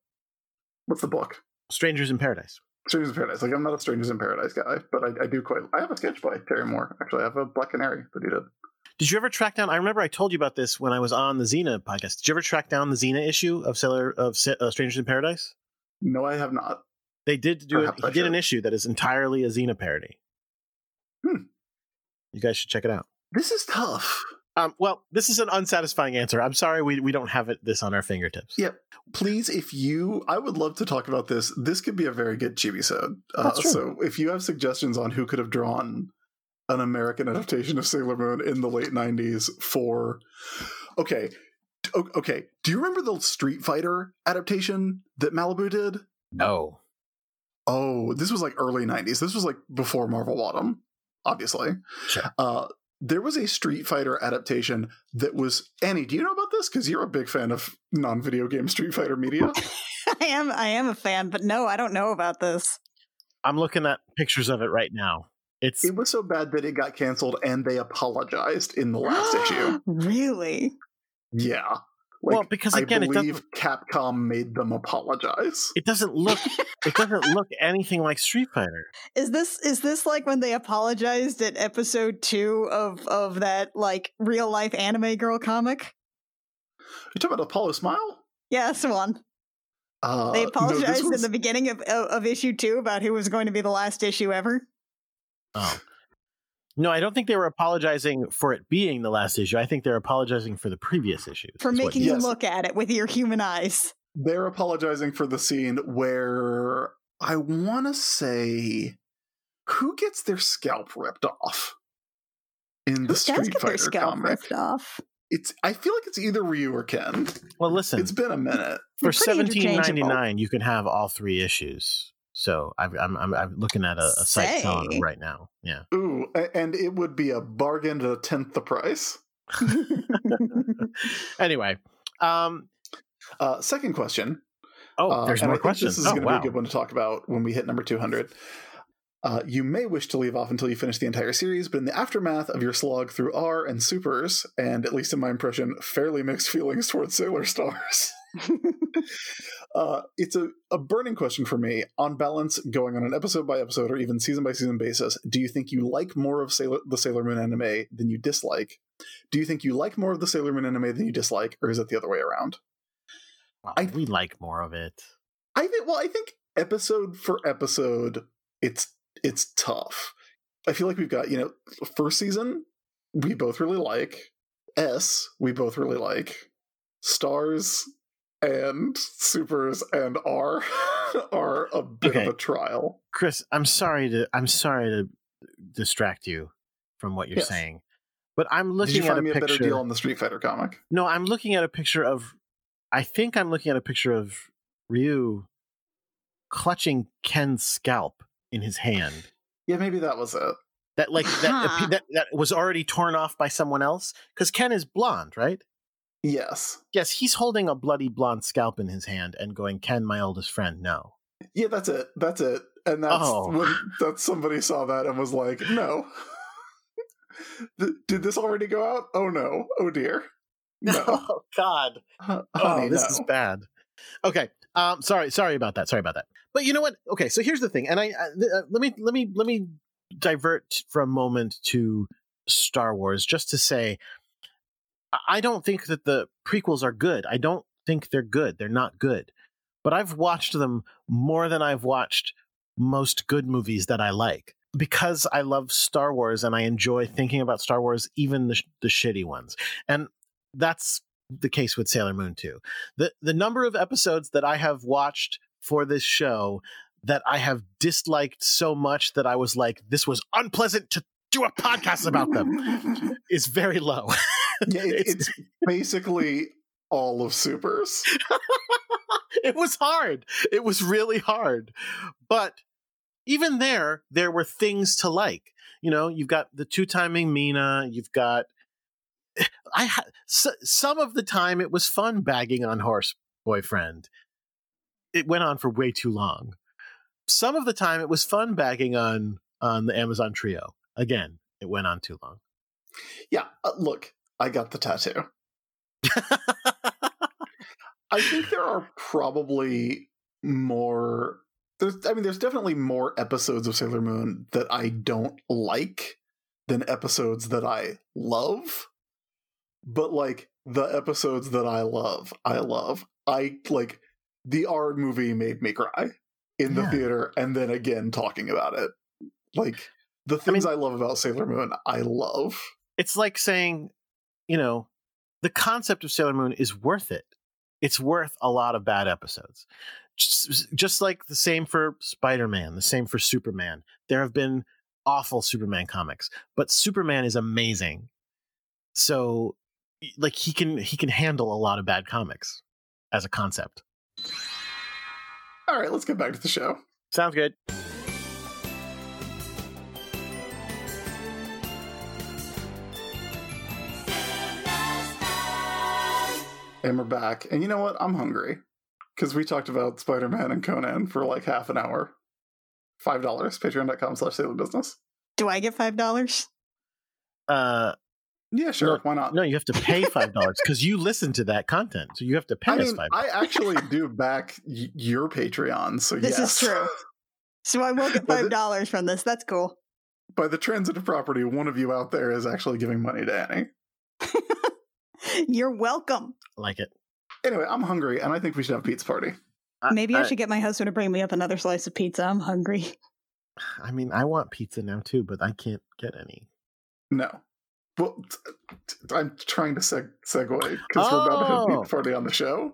What's the book? Strangers in Paradise. Strangers in Paradise. Like I'm not a Strangers in Paradise guy, but I, I do quite. I have a sketch by Terry Moore. Actually, I have a Black Canary that he did. Did you ever track down? I remember I told you about this when I was on the Xena podcast. Did you ever track down the Xena issue of Sailor of Sa- uh, Strangers in Paradise? No, I have not. They did do it. Perhaps He I did an should. issue that is entirely a Xena parody. Hmm. You guys should check it out. This is tough. Um, well, this is an unsatisfying answer. I'm sorry we, we don't have it this on our fingertips. Yeah. Please, if you, I would love to talk about this. This could be a very good chibi Uh, That's true. so, if you have suggestions on who could have drawn an American adaptation of Sailor Moon in the late '90s for, okay, O- okay, do you remember the Street Fighter adaptation that Malibu did? No. Oh, this was like early 90s. This was like before Marvel Autumn, obviously. Sure. Uh, there was a Street Fighter adaptation that was. Annie, do you know about this? Because you're a big fan of non video game Street Fighter media. I am I am a fan, but no, I don't know about this. I'm looking at pictures of it right now. It's it was so bad that it got canceled and they apologized in the last issue. Really? Yeah. Like, well because again I it believe doesn't Capcom made them apologize. it doesn't look it doesn't look anything like Street Fighter. Is this is this like when they apologized at episode two of of that like real life anime girl comic? You talking about Apollo Smile? Yeah, that's the one. Uh, no, They this apologized was- in the beginning of, of of issue two about who was going to be the last issue ever. Oh. No, I don't think they were apologizing for it being the last issue. I think they're apologizing for the previous issues. For is what- making you Yes. look at it with your human eyes. they're apologizing for the scene where I want to say who gets their scalp ripped off in the Who does Street get their Fighter scalp comic. ripped off? It's I feel like it's either Ryu or Ken. Well, listen, It's been a minute. for They're pretty seventeen ninety interchangeable. nine, you can have all three issues. So I've, I'm, I'm I'm looking at a, a site selling them Say. right now. Yeah, Ooh, a- and it would be a bargain at a tenth the price. Anyway, um, Uh, second question: Oh, Uh, there's and more I think questions. This is oh, going to wow. be a good one to talk about when we hit number 200. Uh, you may wish to leave off until you finish the entire series, but in the aftermath of your slog through R and Supers, and at least in my impression, fairly mixed feelings towards Sailor Stars, uh, it's a, a burning question for me. On balance, going on an episode by episode or even season by season basis, do you think you like more of Sailor, the Sailor Moon anime than you dislike? Do you think you like more of the Sailor Moon anime than you dislike, or is it the other way around? Well, I- we like more of it. I think. Well, I think episode for episode, it's it's tough. I feel like we've got you know first season we both really like S we both really like stars and supers and R are a bit Okay. of a trial. Chris, I'm sorry to I'm sorry to distract you from what you're Yes. saying, but I'm looking Did you at find a me a picture. better deal on the Street Fighter comic? No, I'm looking at a picture of. I think I'm looking at a picture of Ryu clutching Ken's scalp in his hand. Yeah, maybe that was it. That like Huh. Uh-huh. that, that that was already torn off by someone else because Ken is blonde, right? Yes. Yes, he's holding a bloody blonde scalp in his hand and going, "Ken, my oldest friend, no." Yeah, that's it. That's it. And that's Oh. when that somebody saw that and was like, "No, Th- did this already go out? Oh no! Oh dear! No, Oh God. Honey, Oh, this is no. bad. Okay. Um. Sorry. Sorry about that. Sorry about that. But you know what? Okay. So here's the thing, and I, I th- uh, let me let me let me divert for a moment to Star Wars just to say, I- I don't think that the prequels are good. I don't think they're good. They're not good. But I've watched them more than I've watched most good movies that I like because I love Star Wars and I enjoy thinking about Star Wars, even the sh- the shitty ones. And that's the case with Sailor Moon too. The the number of episodes that I have watched for this show that I have disliked so much that I was like, this was unpleasant to do a podcast about them is very low. yeah, it, It's- it's basically all of supers. it was hard. It was really hard. But even there, there were things to like. You know, you've got the two timing Mina. You've got I ha- s- some of the time it was fun bagging on horse boyfriend. It went on for way too long. Some of the time it was fun bagging on on the Amazon trio. Again, it went on too long. Yeah, uh, look, I got the tattoo. I think there are probably more. There's, I mean, there's definitely more episodes of Sailor Moon that I don't like than episodes that I love. But like the episodes that I love, I love. I like the R movie made me cry in the Yeah. theater, and then again talking about it. Like the things I love about Sailor Moon, I love. it's like saying, you know, the concept of Sailor Moon is worth it. It's worth a lot of bad episodes. Just, just like the same for Spider Man, the same for Superman. There have been awful Superman comics, but Superman is amazing. So, like he can he can handle a lot of bad comics as a concept. All right, let's get back to the show. Sounds good. And we're back. And you know what? I'm hungry. Because we talked about Spider Man and Conan for like half an hour. $5, patreon.com slash sailor business. Do I get five dollars? Uh, Yeah, sure. why not? no, you have to pay five dollars because you listen to that content, so you have to pay I us mean, five. I actually do back y- your Patreon. So This yes. is true. So I will get Well, five the- dollars from this. That's cool. By the transitive property, one of you out there is actually giving money to Annie. You're welcome. like it. Anyway, I'm hungry and I think we should have a pizza party. Maybe I should get my husband to bring me up another slice of pizza. I'm hungry. I mean, I want pizza now too, but I can't get any. No. Well, t- t- I'm trying to seg- segue because we're about to have a Oh. pizza party on the show.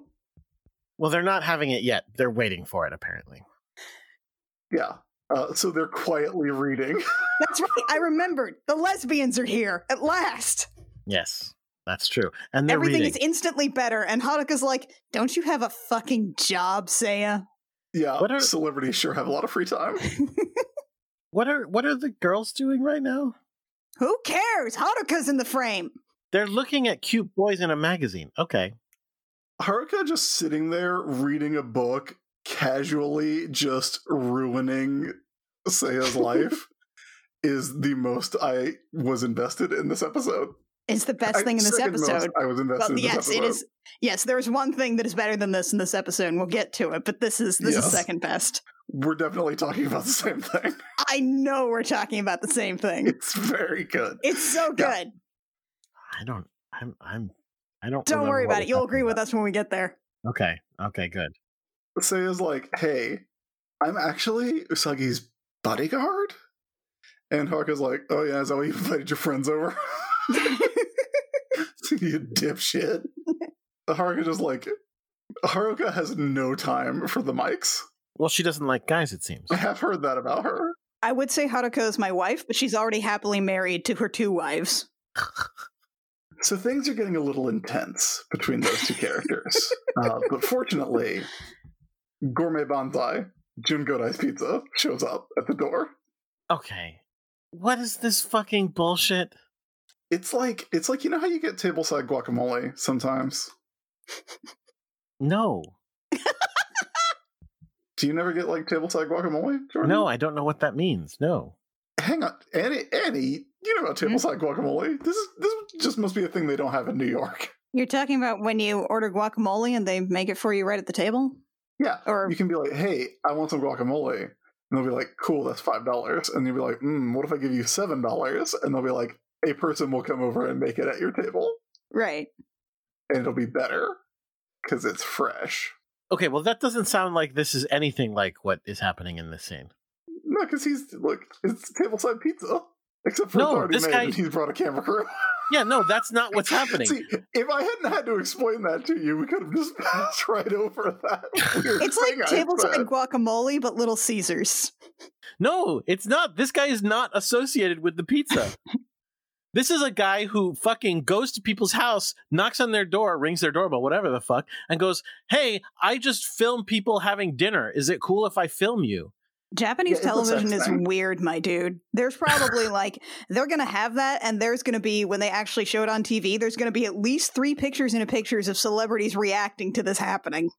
Well, they're not having it yet. They're waiting for it, apparently. Yeah. Uh, so they're quietly reading. That's right. I remembered. The lesbians are here at last. Yes, that's true. And they're Everything reading. is instantly better. And Hanukkah's like, "Don't you have a fucking job, Saya?" Yeah, What are- celebrities sure have a lot of free time. what are what are the girls doing right now? Who cares? Hanukkah's in the frame. They're looking at cute boys in a magazine. Okay, Haruka just sitting there reading a book, casually just ruining Seiya's life is the most I was invested in this episode. It's the best I- thing in this second most episode. I was invested Well, in this yes, episode. it is. Yes, there's one thing that is better than this in this episode, and we'll get to it. But this is this Yes. is second best. We're definitely talking about the same thing. I know we're talking about the same thing. It's very good. It's so good. Yeah. I don't. I'm. I'm. I don't. Don't remember worry what about it. we're You'll talking agree with about. us when we get there. Okay. Okay. Good. Seiya's like, hey, I'm actually Usagi's bodyguard? And Haruka's like, oh yeah, is that why you invited your friends over? you dipshit. Haruka just like, Haruka has no time for the mics. Well, she doesn't like guys. It seems. I have heard that about her. I would say Haruka is my wife, but she's already happily married to her two wives. So things are getting a little intense between those two characters. uh, but fortunately, Gourmet Banzai, Jun Godai's Pizza, shows up at the door. Okay. What is this fucking bullshit? It's like it's like you know how you get tableside guacamole sometimes. No. Do you never get like tableside guacamole? Jordan? No, I don't know what that means. No. hang on, Annie. Annie, you know about tableside guacamole? This is this just must be a thing they don't have in New York. You're talking about when you order guacamole and they make it for you right at the table? Yeah, Or you can be like, hey, I want some guacamole, and they'll be like, cool, that's five dollars, and you'll be like, mm, what if I give you seven dollars? And they'll be like, a person will come over and make it at your table, right. and it'll be better because it's fresh. Okay, well that doesn't sound like this is anything like what is happening in this scene. No, because he's look, it's tableside pizza. Except for No, it's already this made guy- and he's brought a camera crew. Yeah, no, that's not what's happening. See, if I hadn't had to explain that to you, we could have just passed right over that. Weird It's thing like I said. tableside guacamole, but Little Caesars. No, it's not. This guy is not associated with the pizza. this is a guy who fucking goes to people's house, knocks on their door, rings their doorbell, whatever the fuck, and goes, "Hey, I just film people having dinner. Is it cool if I film you?" Japanese it's a sex television is thing. weird, my dude. There's probably like they're gonna have that, and there's gonna be when they actually show it on TV, there's gonna be at least three pictures in a pictures of celebrities reacting to this happening.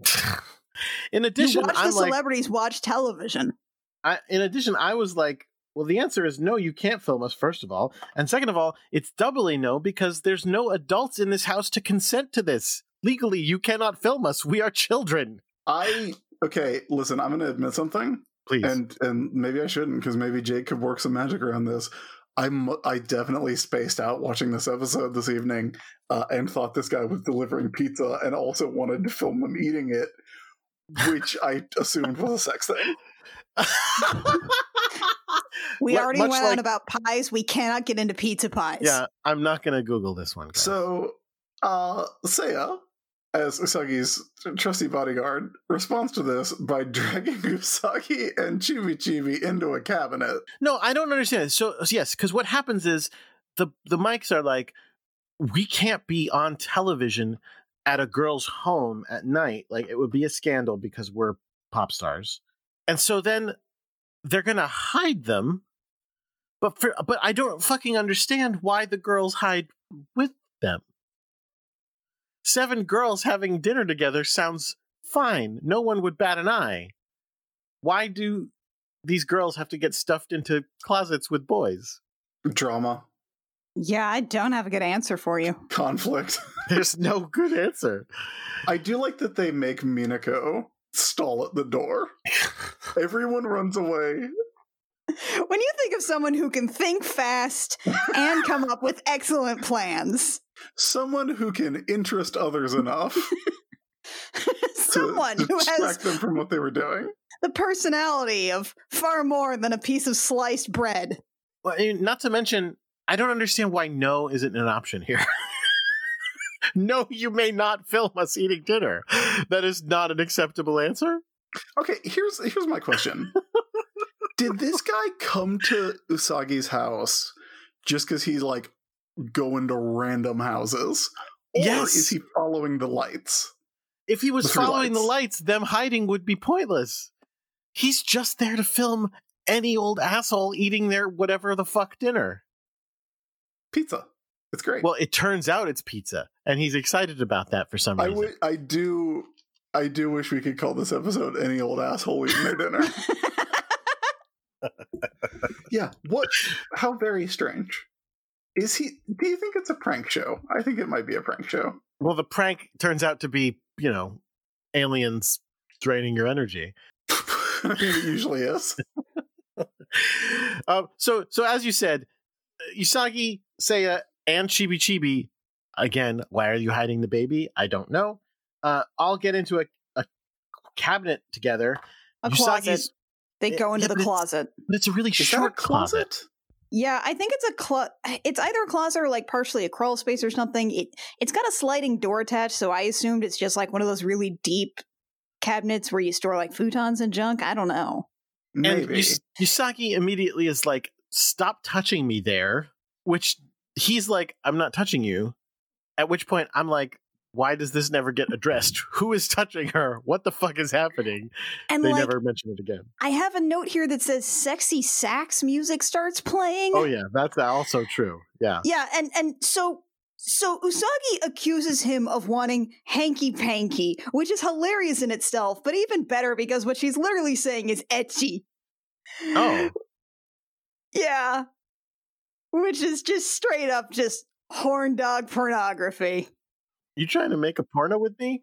In You addition, watch I'm the like, celebrities watch television. I, in addition, I was like, well, the answer is no, you can't film us, first of all. And second of all, it's doubly no because there's no adults in this house to consent to this. Legally, you cannot film us. We are children. I okay. Listen, I'm going to admit something, Please. and and maybe I shouldn't because maybe Jake could work some magic around this. I mu- I definitely spaced out watching this episode this evening, uh, and thought this guy was delivering pizza, and also wanted to film him eating it, which I assumed was a sex thing. We Mu- already much went like- on about pies. We cannot get into pizza pies. yeah, I'm not going to Google this one. guys. So, uh, Seiya, as Usagi's trusty bodyguard, responds to this by dragging Usagi and Chibi Chibi into a cabinet. No, I don't understand. it. So yes, because what happens is the the mics are like, we can't be on television at a girl's home at night. Like it would be a scandal because we're pop stars, and so then they're gonna hide them. But for, but I don't fucking understand why the girls hide with them. Seven girls having dinner together sounds fine. No one would bat an eye. Why do these girls have to get stuffed into closets with boys. Drama, yeah. I don't have a good answer for you. conflict. There's no good answer. I do like that they make Minako stall at the door. Everyone runs away. When you think of someone who can think fast and come up with excellent plans, Someone who can interest others enough to, someone to who distract has them from what they were doing. the personality of far more than a piece of sliced bread. Well, and not to mention, I don't understand why no isn't an option here. no, you may not film us eating dinner. That is not an acceptable answer. Okay, here's here's my question. Did this guy come to Usagi's house just because he's like going to random houses? Or Yes. is he following the lights? If he was The three following the lights, lights. them hiding would be pointless. He's just there to film any old asshole eating their whatever the fuck dinner. Pizza. It's great. Well, it turns out it's pizza, and he's excited about that for some I reason. wi- I do. I do wish we could call this episode "Any Old Asshole Eating Their Dinner." yeah. What? How very strange. Is he? Do you think it's a prank show? I think it might be a prank show. well, the prank turns out to be, you know, aliens draining your energy. I mean, it usually is. um, so, so as you said, uh, Usagi, Seiya, and Chibi Chibi. Again, why are you hiding the baby? I don't know. Uh, all get into a, a cabinet together. A closet. Usagi's- They go into Yeah, but the it's- closet. It's a really Is that a short closet. closet? Yeah, I think it's a clo- it's either a closet or like partially a crawl space or something. It it's got a sliding door attached, so I assumed it's just like one of those really deep cabinets where you store like futons and junk. I don't know. And Maybe. Yus- Usagi immediately is like, "Stop touching me there," which he's like, "I'm not touching you." At which point, I'm like, "Why does this never get addressed? Who is touching her? What the fuck is happening?" And they like never mention it again. I have a note here that says sexy sax music starts playing. Oh yeah, that's also true. Yeah, Yeah, and and so so Usagi accuses him of wanting hanky panky, which is hilarious in itself, but even better because what she's literally saying is etchy. Oh. Yeah. Which is just straight up just horn dog pornography. you trying to make a porno with me?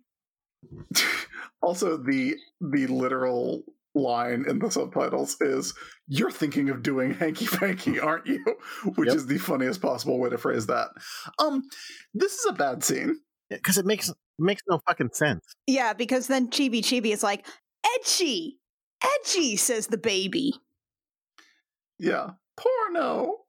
also, the the literal line in the subtitles is "You're thinking of doing hanky panky, aren't you?" Which Yep. is the funniest possible way to phrase that. Um, this is a bad scene. Because it makes makes no fucking sense. Yeah, because then Chibi Chibi is like, etchy, etchy, says the baby. Yeah, porno.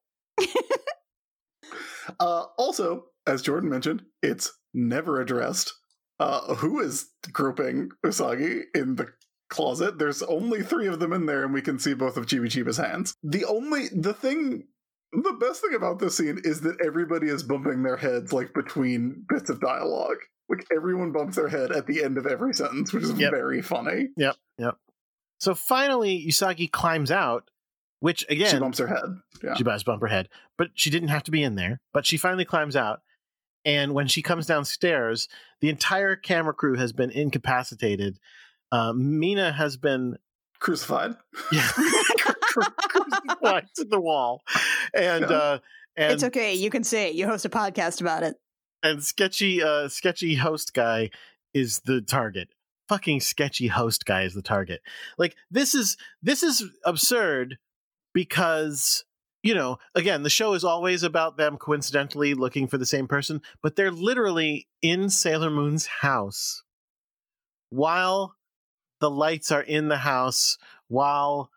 uh, also, as Jordan mentioned, it's never addressed. Uh, who is groping Usagi in the closet? There's only three of them in there, and we can see both of Chibi Chiba's hands. The only the thing, the best thing about this scene is that everybody is bumping their heads like between bits of dialogue. Like everyone bumps their head at the end of every sentence, which is Yep. very funny. So finally, Usagi climbs out, which again She bumps her head. Yeah. She buys bumper head, but she didn't have to be in there. But she finally climbs out, and when she comes downstairs, the entire camera crew has been incapacitated. Uh, Mina has been Crucified. yeah, crucified to the wall, and Yeah. uh, and it's okay, you can say it. You host a podcast about it. and sketchy uh, sketchy host guy is the target. Fucking sketchy host guy is the target. Like this is this is absurd because you know again the show is always about them coincidentally looking for the same person, but they're literally in Sailor Moon's house while the lights are in the house while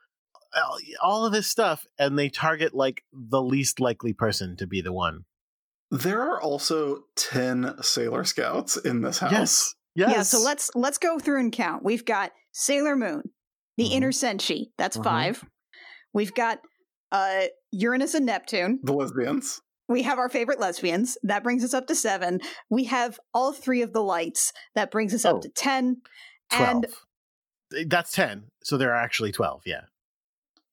all of this stuff and they target like the least likely person to be the one. There are also 10 Sailor Scouts in this house. Yes. Yes. Oh. Yeah, so let's let's go through and count. We've got Sailor Moon, the Mm-hmm. Mhm. Inner Senshi. That's Mhm. five. We've got uh, Uranus and Neptune. The lesbians. We have our favorite lesbians. That brings us up to seven. We have all three of the lights. That brings us Oh. up to ten. 12. And Eh, That's 10. So there are actually 12. Yeah.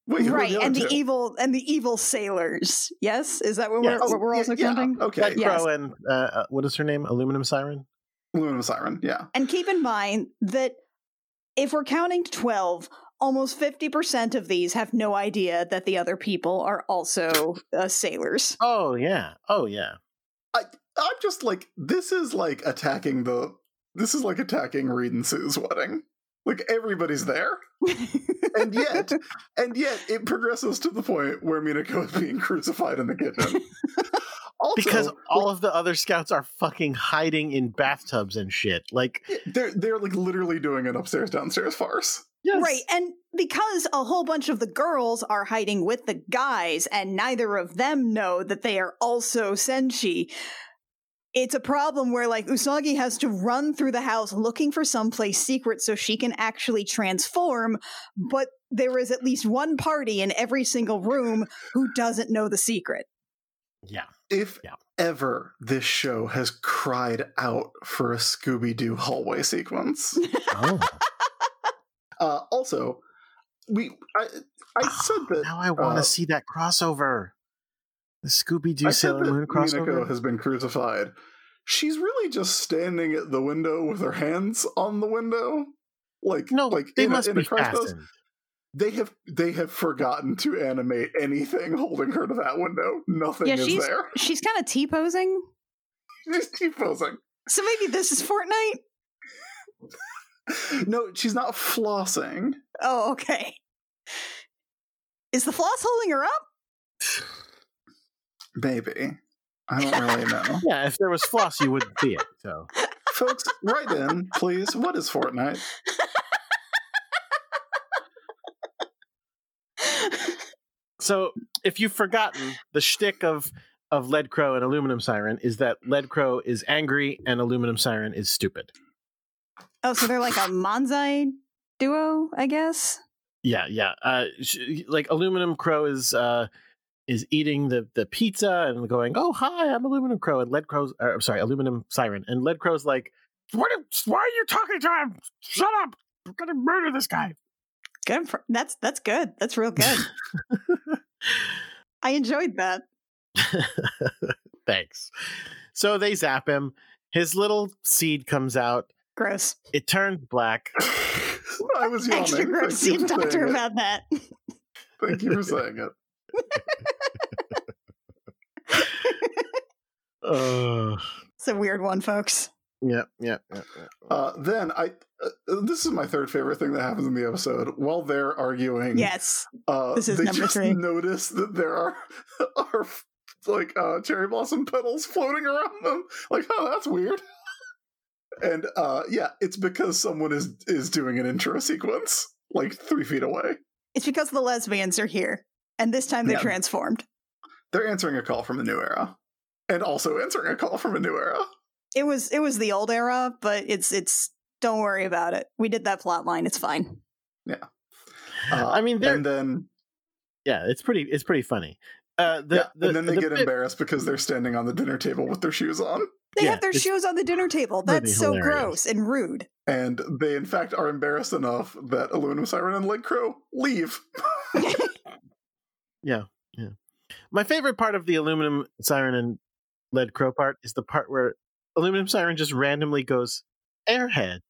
Wait, who are right, the other and the two? evil and the evil sailors. Yes, is that what Yeah. we're Oh, what we're yeah, also yeah, counting? Okay. That Yes. crow and uh, uh, what is her name? Aluminum Siren? Aluminum Siren, yeah. And keep in mind that if we're counting to 12, almost 50% of these have no idea that the other people are also uh, sailors. Oh, yeah. Oh, yeah. I'm just like, this is like attacking the. This is like attacking Reed and Sue's wedding. Like, everybody's there. And yet, and yet, it progresses to the point where Minako is being crucified in the kitchen. also, Because all of the other scouts are fucking hiding in bathtubs and shit. Like, they're, they're like literally doing an upstairs downstairs farce. Right. And because a whole bunch of the girls are hiding with the guys and neither of them know that they are also senshi, it's a problem where like Usagi has to run through the house looking for someplace secret so she can actually transform, but there is at least one party in every single room who doesn't know the secret. Yeah. If Yeah. ever this show has cried out for a Scooby Doo hallway sequence. Oh, uh, also, we I, I Ah, said that now I want to uh, see that crossover. The Scooby I Doo said Sailor that Moon Minako crossover. has been crucified. she's really just standing at the window with her hands on the window. Like No, like they in a- must in a be crash test. fastened. They have they have forgotten to animate anything holding her to that window. Nothing Yeah, is she's- there. She's kind of T posing. She's keep posing. So maybe this is Fortnite? No, she's not flossing. Oh, okay. Is the floss holding her up? Maybe. I don't really know. Yeah, if there was floss, you wouldn't see it. So Folks, write in, please. What is Fortnite? So if you've forgotten, the shtick of of Lead Crow and Aluminum Siren is that Lead Crow is angry and Aluminum Siren is stupid. Oh, so they're like a Manzai duo, I guess. Yeah, yeah. Uh, sh- like Aluminum Crow is uh, is eating the the pizza and going, "Oh hi, I'm Aluminum Crow," and Lead Crow's, or, I'm sorry, Aluminum Siren, and Lead Crow's like, "What? Are, why are you talking to him? Shut up! I'm gonna murder this guy." Good for that's that's good. That's real good. I enjoyed that. Thanks. So they zap him. His little seed comes out. Gross. It turns black. I was yawning. Extra gross Thank scene, you for Doctor, saying it. about that. Thank you for saying it. Ugh. It's a weird one, folks. Yeah, yeah, yeah. yeah. Uh, then I, uh, this is my third favorite thing that happens in the episode. While they're Mm-hmm. arguing, Yes. uh, this is they number just three. notice that there are are like uh, cherry blossom petals floating around them. Like, oh, that's weird. And uh, yeah, it's because someone is is doing an intro sequence like three feet away. It's because the lesbians are here. And this time they Yeah. transformed. They're answering a call from the new era, and also answering a call from a new era. It was it was the old era, but it's it's don't worry about it. We did that plot line. It's fine. Uh, I mean, they're and then yeah. It's pretty. It's pretty funny. Uh, the, yeah, the, and then they the get bit- embarrassed because they're standing on the dinner table with their shoes on. They Yeah, have their it's shoes on the dinner table. pretty That's so hilarious. gross and rude. and they in fact are embarrassed enough that aluminum siren and lead crow leave My favorite part of the aluminum siren and lead crow part is the part where aluminum siren just randomly goes airhead,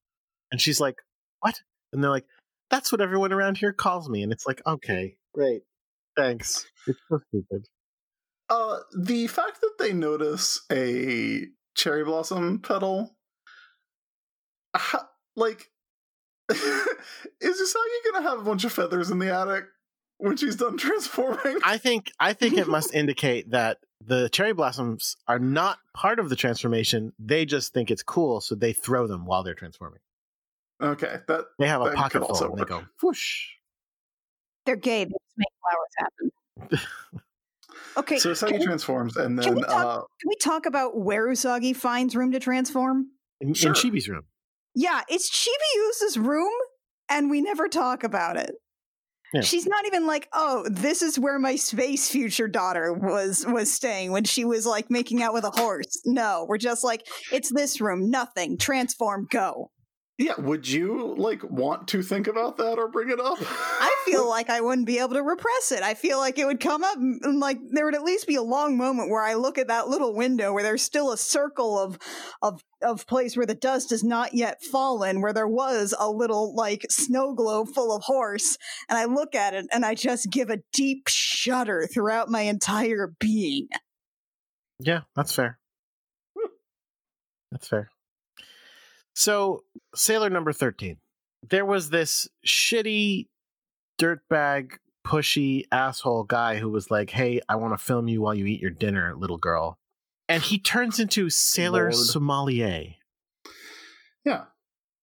and she's like, "What?" And they're like, "That's what everyone around here calls me." And it's like, "Okay, great, thanks." It's so stupid. uh the fact that they notice a cherry blossom petal ha- like is Usagi gonna have a bunch of feathers in the attic when she's done transforming I think I think it must indicate that the cherry blossoms are not part of the transformation. They just think it's cool, so they throw them while they're transforming. okay that They have a That could pocket full also and they work. go whoosh. They're gay. They just make flowers happen. Okay. so can, Usagi transforms and can we then uh talk- can we talk about where Usagi finds room to transform? In, Sure. in Chibi's room. Yeah, it's Chibi U's room, and we never talk about it. Yeah. She's not even like, oh, this is where my space future daughter was was staying when she was like making out with a horse. No, we're just like, it's this room, nothing. Transform, go. yeah would you like want to think about that or bring it up I feel like I wouldn't be able to repress it. I feel like it would come up and, and, like there would at least be a long moment where I look at that little window where there's still a circle of of of place where the dust has not yet fallen, where there was a little like snow globe full of horse, and I look at it and I just give a deep shudder throughout my entire being. Yeah, that's fair. That's fair. So, sailor number 13. There was this shitty dirtbag pushy asshole guy who was like, "Hey, I want to film you while you eat your dinner, little girl." And he turns into Sailor Lord. Sommelier. yeah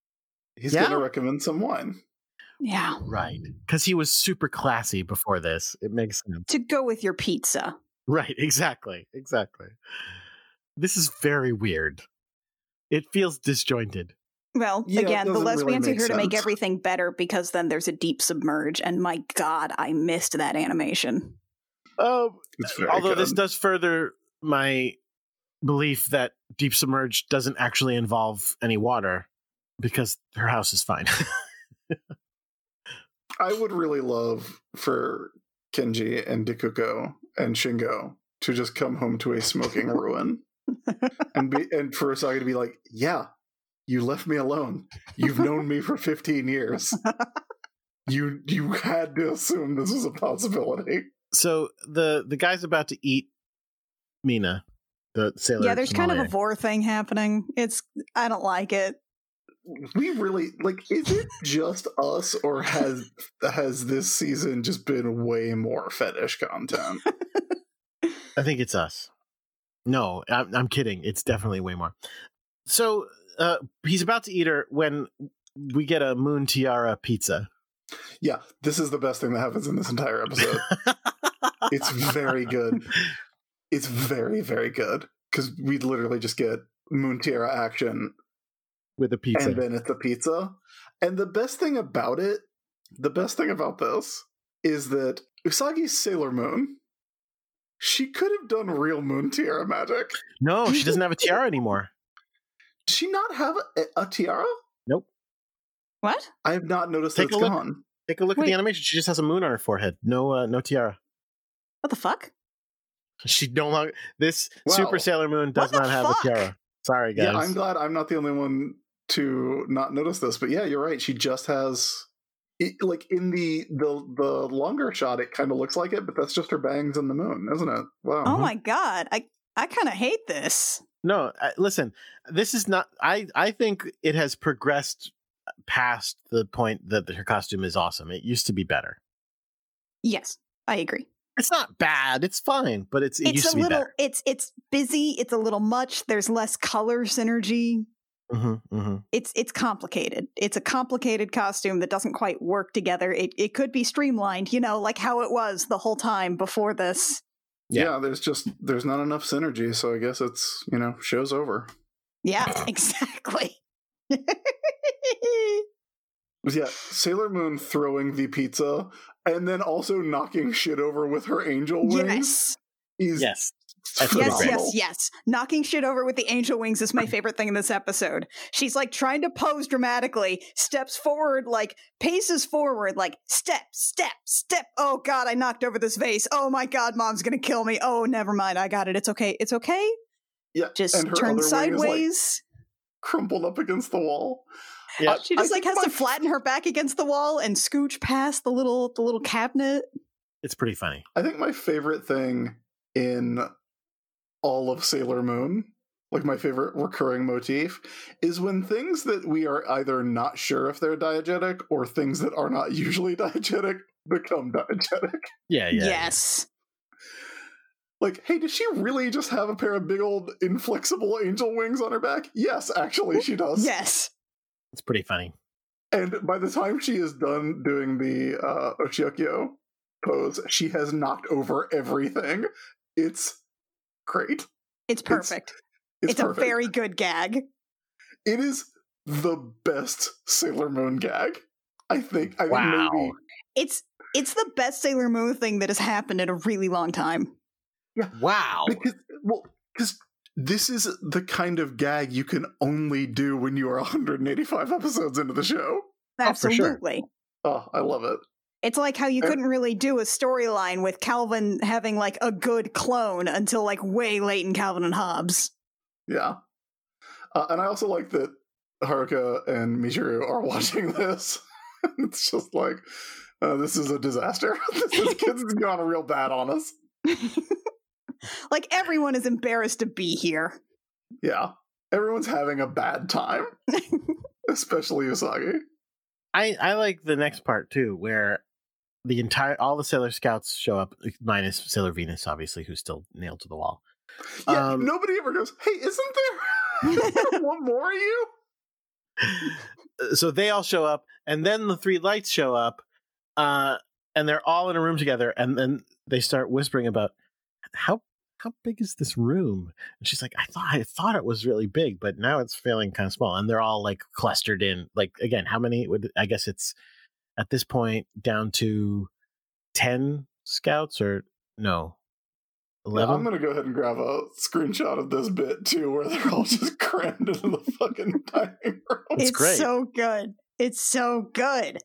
he's Yeah? gonna recommend some wine Yeah. Right. Cuz he was super classy before this. It makes sense. To go with your pizza. Right, exactly. Exactly. This is very weird. It feels disjointed. Well, Yeah, it again, the doesn't really lesbians make are here to make sense. everything better because then there's a deep submerge, and my god, I missed that animation. Um It's very although this good. does further my belief that deep submerged doesn't actually involve any water because her house is fine I would really love for Kenji and Dekuko and Shingo to just come home to a smoking ruin. and be, and Furusaga to be like, "Yeah, you left me alone. You've known me for 15 years. You you had to assume this was a possibility." So the the guy's about to eat Mina, the sailor. yeah, there's kind of a sommelier. vor thing happening. It's I don't like it. We really like is it just us or has has this season just been way more fetish content? I think it's us. No, I'm, I'm kidding. It's definitely way more. So uh, he's about to eat her when we get a moon tiara pizza. Yeah, this is the best thing that happens in this entire episode. It's very good. It's very very good cuz we literally just get Moon Tierra action with a pizza. and then it's a pizza. And the best thing about it, the best thing about this is that Usagi's Sailor Moon, she could have done real Moon Tiara magic. no, she doesn't have a tiara anymore. Did she not have a, a tiara? What? I have not noticed Take that a it's look. gone. Take a look at Wait. the animation. She just has a moon on her forehead. No, uh, no tiara. What the fuck? She no longer. This Wow. Super Sailor Moon does What not the have fuck? a tiara. Sorry, guys. Yeah, I'm glad I'm not the only one to not notice this. But yeah, you're right. She just has it, like in the the the longer shot, it kind of looks like it, but that's just her bangs and the moon, isn't it? Wow. Oh my god. I I kind of hate this. No, I, listen. This is not. I I think it has progressed past the point that her costume is awesome. It used to be better. Yes, I agree. It's not bad. It's fine, but it's it it's used a to be little better. it's it's busy, it's a little much. There's less color synergy. Mm-hmm, mm-hmm. It's it's complicated. It's a complicated costume that doesn't quite work together. It it could be streamlined, you know, like how it was the whole time before this. yeah. Yeah. there's just there's not enough synergy, so I guess it's you know show's over. Yeah, exactly. But yeah, Sailor Moon throwing the pizza and then also knocking shit over with her angel wings yes. is Yes. That's pretty Yes, Phenomenal. yes, yes. Knocking shit over with the angel wings is my favorite thing in this episode. She's like trying to pose dramatically, steps forward, like paces forward, like step, step, step. Oh God, I knocked over this vase. Oh my God, mom's gonna kill me. Oh, never mind. I got it. It's okay. It's okay. Yeah, Just and her other turn wing is, like, sideways. crumpled up against the wall. Yeah. she just I like think has to my- flatten her back against the wall and scooch past the little the little cabinet. It's pretty funny. I think my favorite thing in all of Sailor Moon, like my favorite recurring motif, is when things that we are either not sure if they're diegetic or things that are not usually diegetic become diegetic. Yeah, yeah. yes. Like, hey, did she really just have a pair of big old inflexible angel wings on her back? Yes, actually, she does. Yes. It's pretty funny. And by the time she is done doing the uh, Oshiokyo pose, she has knocked over everything. It's great. It's perfect. It's, it's a perfect. very good gag. It is the best Sailor Moon gag. I think. I Wow. think maybe. It's it's the best Sailor Moon thing that has happened in a really long time. Wow. Because, well, because this is the kind of gag you can only do when you are 185 episodes into the show. Oh, for sure. Absolutely. Oh, I love it. It's like how you And- couldn't really do a storyline with Calvin having like a good clone until like way late in Calvin and Hobbes. Yeah. Uh, and I also like that Haruka and Michiru are watching this. it's just like, uh, this is a disaster. this is, kids has gone real bad on us. like everyone is embarrassed to be here. Yeah. Everyone's having a bad time, especially Usagi. I I like the next part too, where the entire all the Sailor Scouts show up, minus Sailor Venus, obviously, who's still nailed to the wall. Yeah, Um, nobody ever goes, hey, isn't there, isn't there one more of you? Uh, so they all show up and then the three lights show up uh and they're all in a room together and then they start whispering about how how big is this room and she's like i thought i thought it was really big but now it's feeling kind of small and they're all like clustered in like again how many would i guess it's at this point down to 10 scouts or no Yeah, I'm 11 going to go ahead and grab a screenshot of this bit too, where they're all just crammed into the fucking dining room. It's great. so good. It's so good.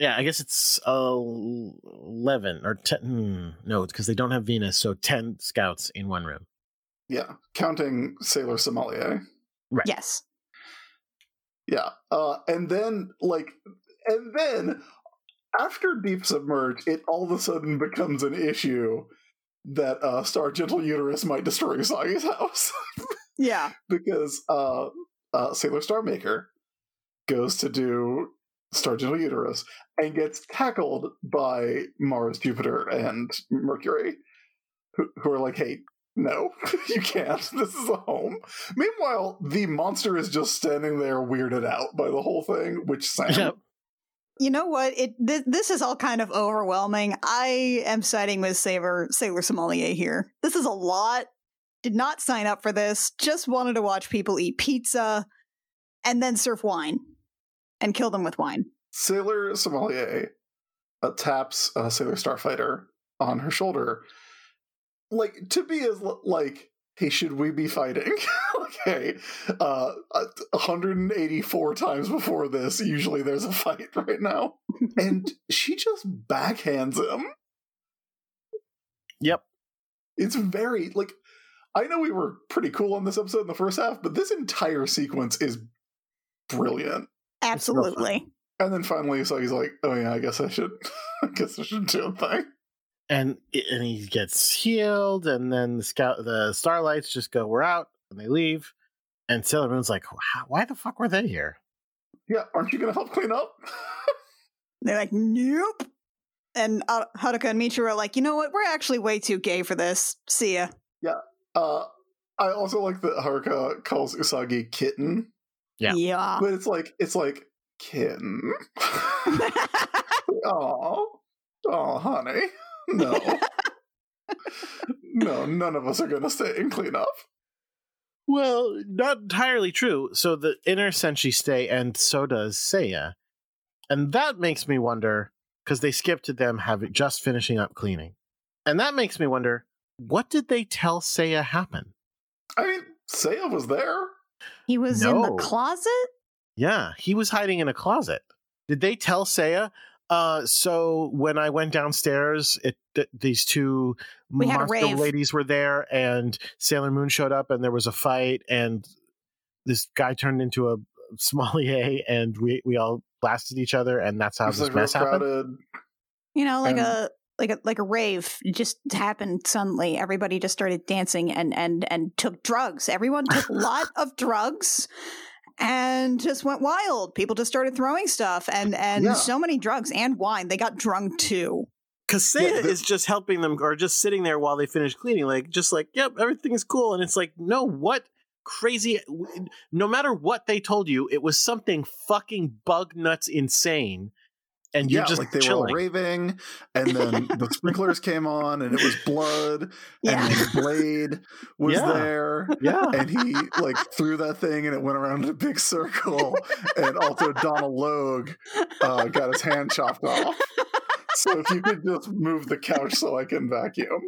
yeah i guess it's uh, 11 or 10 hmm, no it's because they don't have venus so 10 scouts in one room Yeah, counting Sailor Somalia. Yes. Yeah. Uh, and then, like, and then after Deep Submerge, it all of a sudden becomes an issue that uh, Star Gentle Uterus might destroy Usagi's house Yeah. because uh, uh, Sailor Star Maker goes to do Star Gentle Uterus and gets tackled by Mars, Jupiter, and Mercury, who, who are like, hey, no, you can't. This is a home. Meanwhile, the monster is just standing there, weirded out by the whole thing, which Sam. Yep. You know what? It th- this is all kind of overwhelming. I am siding with Sailor Sailor Sommelier here. This is a lot. Did not sign up for this. Just wanted to watch people eat pizza and then surf wine and kill them with wine. Sailor Sommelier uh, taps uh, Sailor Starfighter on her shoulder. Like, to be as l- like, hey, should we be fighting? okay. Uh, uh, 184 times before this, usually there's a fight right now. and she just backhands him. Yep. It's very, like, I know we were pretty cool on this episode in the first half, but this entire sequence is brilliant. Absolutely. And then finally, so he's like, "Oh yeah, I guess I should. I guess I should do a thing." and and he gets healed, and then the scout the starlights just go, "We're out," and they leave. And Sailor Moon's like, "Why- "Why the fuck were they here?" Yeah, aren't you gonna help clean up? They're like, nope. And uh, Haruka and Michiru are like, you know what? We're actually way too gay for this. See ya. uh, I also like that Haruka calls Usagi kitten, Yeah. yeah. but it's like it's like kitten. Aw, aw, honey, no, no, none of us are gonna stay and clean up. Well, not entirely true. So the inner senshi stay, and so does Seiya, and that makes me wonder because they skipped to them having just finishing up cleaning, and that makes me wonder what did they tell Seiya happened? I mean, Seiya was there. he was in the No. closet? Yeah, he was hiding in a closet. Did they tell Saya? Uh, so when I went downstairs, it th- these two We had a monster rave. ladies were there, and Sailor Moon showed up, and there was a fight, and this guy turned into a sommelier, and we we all blasted each other, and that's how It was, this like, real mess happened. crowded. You know, like Um, a like a like a rave It just happened suddenly. Everybody just started dancing and and and took drugs. Everyone took a lot of drugs and just went wild. People just started throwing stuff and and Yeah. so many drugs and wine. They got drunk too. Because Yeah, Saya the- is just helping them, or just sitting there while they finish cleaning, like just like, yep, everything is cool, and it's like, no, what crazy? No matter what they told you, it was something fucking bug nuts insane, and you're yeah, just like they were chilling. all raving, and then the sprinklers came on, and it was blood, Yeah. and his blade was Yeah. there yeah, and he like threw that thing and it went around in a big circle and also donald logue uh, got his hand chopped off so if you could just move the couch so i can vacuum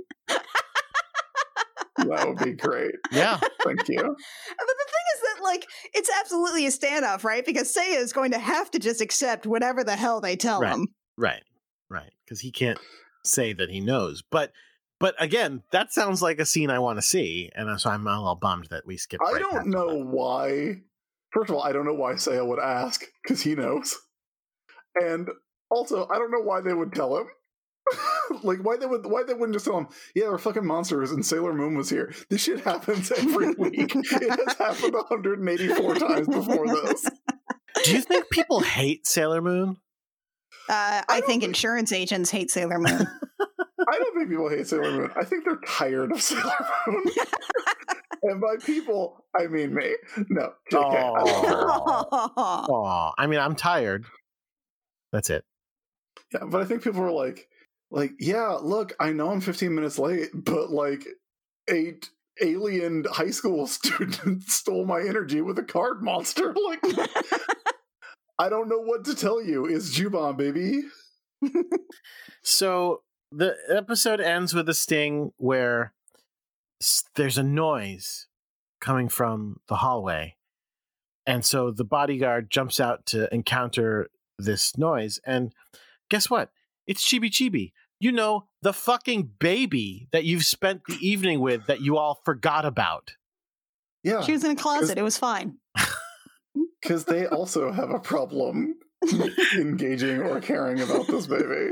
that would be great yeah, thank you But the thing is that like it's absolutely a standoff, right? Because Seiya is going to have to just accept whatever the hell they tell Right. him. right, right, because he can't say that he knows. But, but again, that sounds like a scene I want to see, and so I'm all bummed that we skipped. i right past don't know that. why first of all i don't know why saya would ask because he knows and also i don't know why they would tell him like why they would why they wouldn't just tell him yeah we're fucking monsters and sailor moon was here this shit happens every week it has happened 184 times before this Do you think people hate Sailor Moon? Uh, I, don't think think- insurance agents hate Sailor Moon. i don't think people hate sailor moon i think they're tired of sailor moon and by people i mean me no JK, I love her. Aw, I mean, I'm tired. That's it. Yeah, but I think people were like, like, yeah, look, I know I'm 15 minutes late, but like, eight alien high school student stole my energy with a card monster. Like, I don't know what to tell you. It's Juban, baby. So the episode ends with a sting where s- there's a noise coming from the hallway. And so the bodyguard jumps out to encounter this noise. And guess what? It's Chibi Chibi, you know, the fucking baby that you've spent the evening with that you all forgot about. Yeah, She was in a closet. It was fine. because they also have a problem engaging or caring about this baby.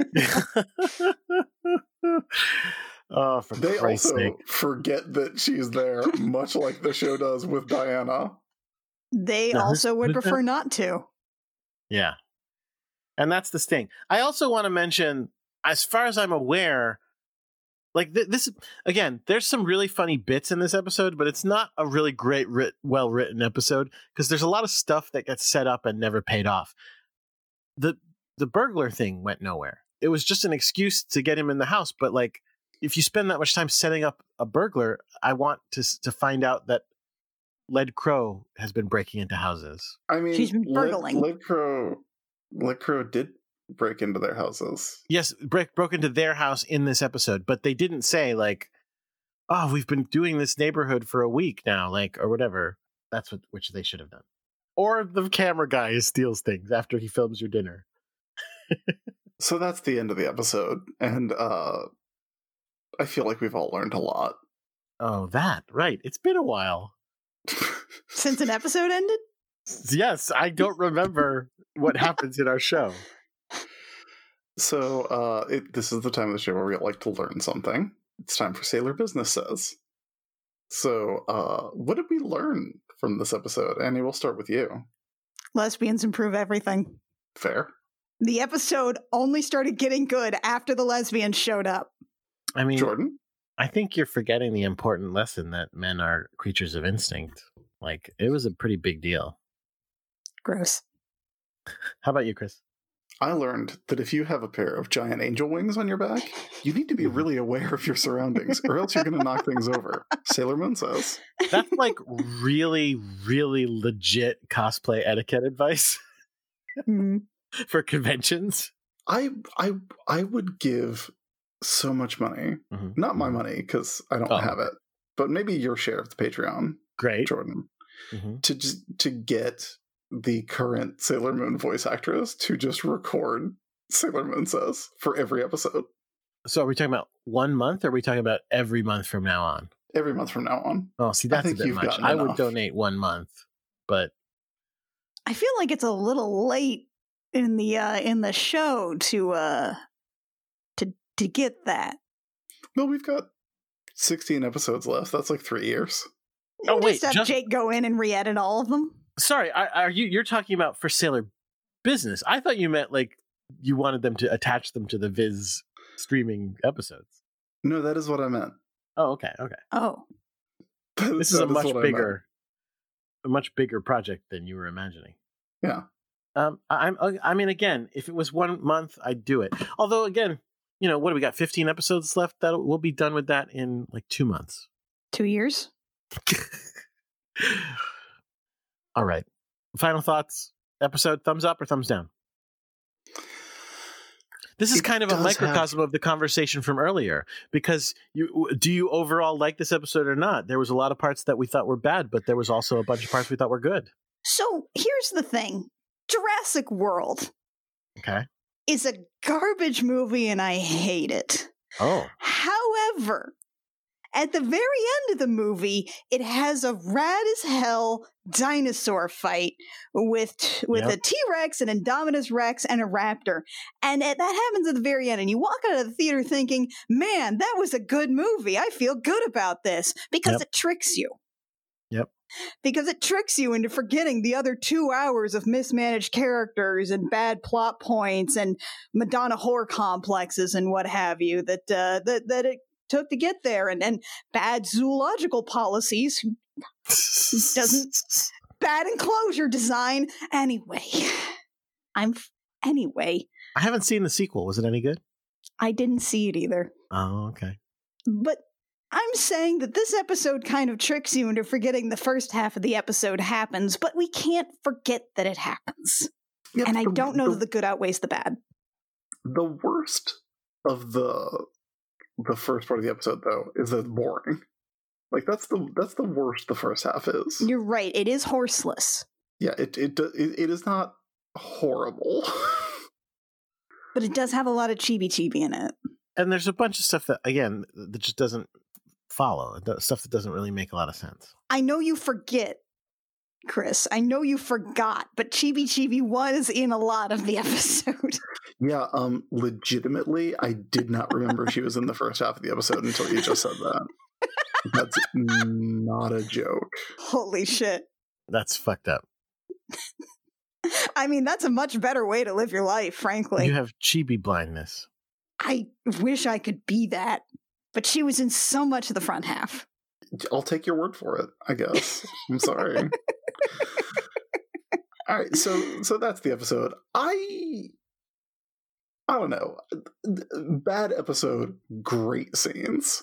oh, for They Christ's also sake. forget that she's there, much like the show does with Diana. They No, also would who's that? prefer not to. Yeah. And that's the sting. I also want to mention, as far as I'm aware, like th- this again, there's some really funny bits in this episode, but it's not a really great, writ- well written episode because there's a lot of stuff that gets set up and never paid off. the The burglar thing went nowhere. It was just an excuse to get him in the house, but like, if you spend that much time setting up a burglar, I want to s- to find out that Led Crow has been breaking into houses. I mean, She's been Lid- burgling. Lid Crow, Lid Crow did break into their houses. yes, break, broke into their house in this episode, but they didn't say like, "Oh, we've been doing this neighborhood for a week now," like or whatever. That's what which they should have done. Or the camera guy steals things after he films your dinner. So that's the end of the episode, and uh, I feel like we've all learned a lot. Oh, that right. It's been a while. Since an episode ended? Yes, I don't remember what happens in our show. So uh, it, this is the time of the show where we like to learn something. It's time for Sailor Business Says. So uh, what did we learn from this episode? Annie, we'll start with you. Lesbians improve everything. Fair. The episode only started getting good after the lesbians showed up. I mean, Jordan? I think you're forgetting the important lesson that men are creatures of instinct. Like it was a pretty big deal. Gross. How about you, Chris? I learned that if you have a pair of giant angel wings on your back, you need to be really aware of your surroundings, or else you're going to knock things over. Sailor Moon says. That's like really, really legit cosplay etiquette advice Mm. for conventions. I I I would give so much money. Not my money because I don't Oh. have it, but maybe your share of the Patreon, Great. Jordan, Mhm. to just to get the current Sailor Moon voice actress to just record Sailor Moon says for every episode So are we talking about one month or are we talking about every month from now on? every month from now on. Oh, see, that's a think bit you've much. gotten I would enough. donate one month, but I feel like it's a little late in the uh in the show to uh to to get that. No, we've got sixteen episodes left. That's like three years. Oh, You wait, just have just- Jake go in and re-edit all of them. sorry, I, are you you're talking about for Sailor Business? I thought you meant like you wanted them to attach them to the Viz streaming episodes. No, that is what I meant. Oh, okay, okay. Oh, That- This is that a much what I meant. bigger, a much bigger project than you were imagining. Yeah. Um, I- I'm. I mean, again, if it was one month, I'd do it. Although, again, you know, what do we got? Fifteen episodes left. That we'll be done with that in like two months. two years. All right. Final thoughts. Episode. Thumbs up or thumbs down. This is It kind of a does have- microcosm of the conversation from earlier because you do you overall like this episode or not? There was a lot of parts that we thought were bad, but there was also a bunch of parts we thought were good. So here's the thing: Jurassic World Okay. is a garbage movie, and I hate it. Oh. However, at the very end of the movie, it has a rad as hell dinosaur fight with t- with Yep. a T Rex, an Indominus Rex, and a raptor, and it, that happens at the very end. And you walk out of the theater thinking, "Man, that was a good movie. I feel good about this because Yep. it tricks you." Yep. Because it tricks you into forgetting the other two hours of mismanaged characters and bad plot points and Madonna whore complexes and what have you that uh, that that it took to get there, and and bad zoological policies, doesn't bad enclosure design. Anyway, I'm f- anyway. I haven't seen the sequel. Was it any good? I didn't see it either, Oh, okay. but. I'm saying that this episode kind of tricks you into forgetting the first half of the episode happens, but we can't forget that it happens. Yeah, And I the- don't know the- that the good outweighs the bad. the worst of the the first part of the episode though is that it's boring like that's the that's the worst the first half is You're right. It is horseless, yeah it it do- it, it is not horrible but it does have a lot of chibi chibi in it. and there's a bunch of stuff that again that just doesn't follow the stuff that doesn't really make a lot of sense I know you forget, Chris. I know you forgot, but Chibi Chibi was in a lot of the episode. Yeah, um, legitimately, I did not remember she was in the first half of the episode until you just said that. That's not a joke. Holy shit. that's fucked up I mean, that's a much better way to live your life, frankly. you have chibi blindness I wish I could be that, but she was in so much of the front half. I'll take your word for it, I guess. I'm sorry. All right, so so that's the episode. I I don't know. Bad episode, great scenes.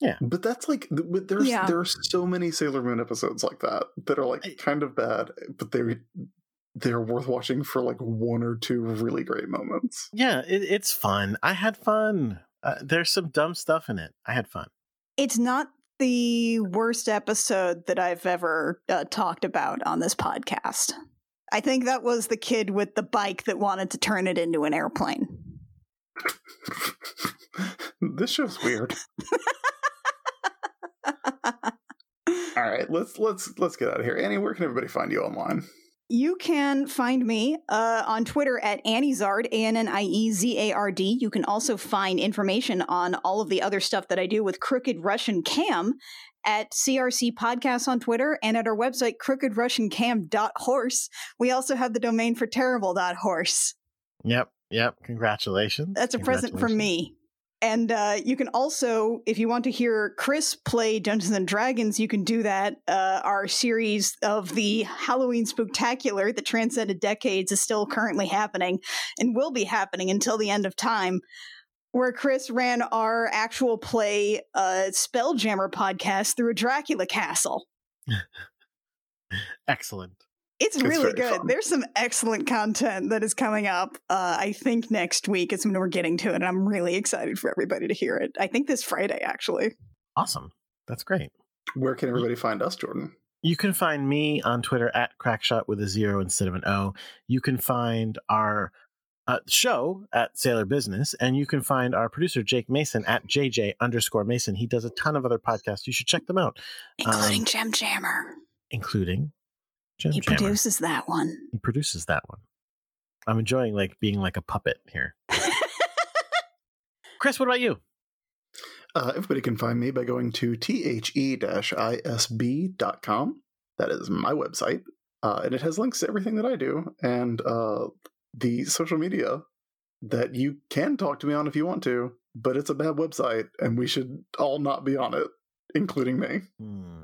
Yeah. But that's like but there's Yeah. there are so many Sailor Moon episodes like that that are I- like kind of bad, but they they're worth watching for like one or two really great moments. yeah it, it's fun i had fun uh, there's some dumb stuff in it i had fun It's not the worst episode that I've ever uh, talked about on this podcast. I think that was the kid with the bike that wanted to turn it into an airplane. this show's weird. All right, let's let's let's get out of here. Annie, where can everybody find you online? You can find me uh, on Twitter at Annie Zard, A N N I E Z A R D. You can also find information on all of the other stuff that I do with Crooked Russian Cam at CRC Podcasts on Twitter and at our website, crookedrussiancam.horse. We also have the domain for terrible.horse. yep yep congratulations That's a present from Congratulations. me. And uh, you can also, if you want to hear Chris play Dungeons and Dragons, you can do that. Uh, our series of the Halloween Spooktacular that transcended decades is still currently happening and will be happening until the end of time, where Chris ran our actual play uh, Spelljammer podcast through a Dracula castle. excellent It's, It's very really good. fun. There's some excellent content that is coming up. Uh, I think next week is when we're getting to it, and I'm really excited for everybody to hear it. I think this Friday, actually. awesome that's great Where can everybody find us, Jordan? You can find me on Twitter at Crackshot with a zero instead of an O. You can find our uh, show at Sailor Business, and you can find our producer Jake Mason at JJ underscore Mason. He does a ton of other podcasts. You should check them out, Including Gem Jammer. including Jim He Jammer. produces that one. He produces that one. I'm enjoying like being like a puppet here. Chris, what about you? Uh, everybody can find me by going to the-isb.com. That is my website, uh, and it has links to everything that I do and uh, the social media that you can talk to me on if you want to. But it's a bad website, and we should all not be on it, including me. Mm-hmm.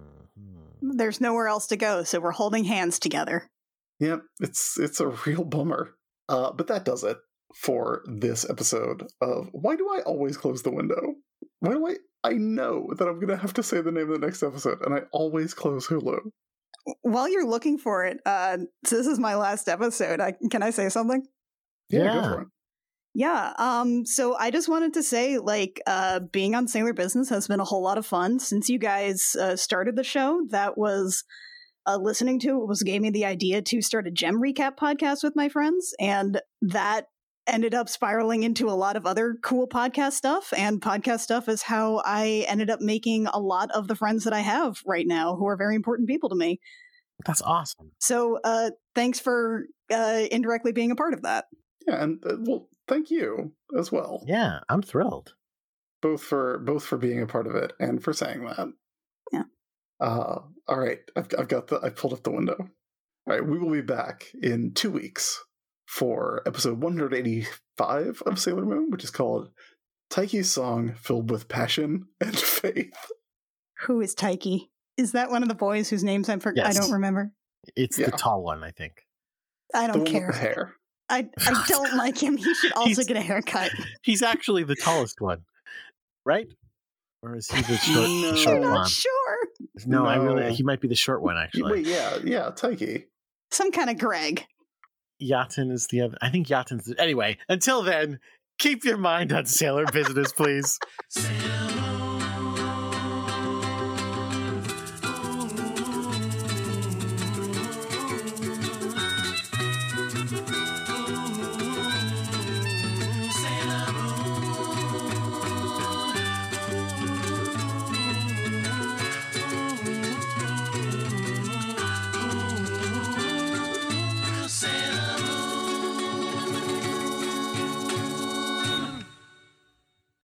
Hmm. There's nowhere else to go, so we're holding hands together. Yep, it's it's a real bummer. Uh, but that does it for this episode of Why Do I Always Close the Window? Why do I I know that I'm gonna have to say the name of the next episode, and I always close Hulu. While you're looking for it, uh, this is my last episode. I, can I say something? go Yeah. for it. Yeah. Um, so I just wanted to say, like, uh, being on Sailor Business has been a whole lot of fun since you guys uh, started the show. That was uh, listening to it was gave me the idea to start a gem recap podcast with my friends, and that ended up spiraling into a lot of other cool podcast stuff. And podcast stuff is how I ended up making a lot of the friends that I have right now, who are very important people to me. That's awesome. So uh, thanks for uh, indirectly being a part of that. Yeah, and uh, well, thank you as well, Yeah, I'm thrilled. both for both for being a part of it and for saying that. Yeah. Uh, all right, I've I've got the I pulled up the window. All right, we will be back in two weeks for episode 185 of Sailor Moon, which is called Taiki's Song Filled with Passion and Faith. Who is Taiki? Is that one of the boys whose names I'm for- Yes. I don't remember. It's Yeah. the tall one, I think. I the don't one with the care. hair. I, I don't like him. He should also He's- get a haircut. He's actually the tallest one, right? Or is he the short, the No. short I'm one? not sure. No, I No. really he might be the short one actually. Wait, yeah, yeah, Taiki. Some kind of Greg. Yatin is the other. I think Yatin's. The, anyway, until then, keep your mind on sailor business, please. Sail on.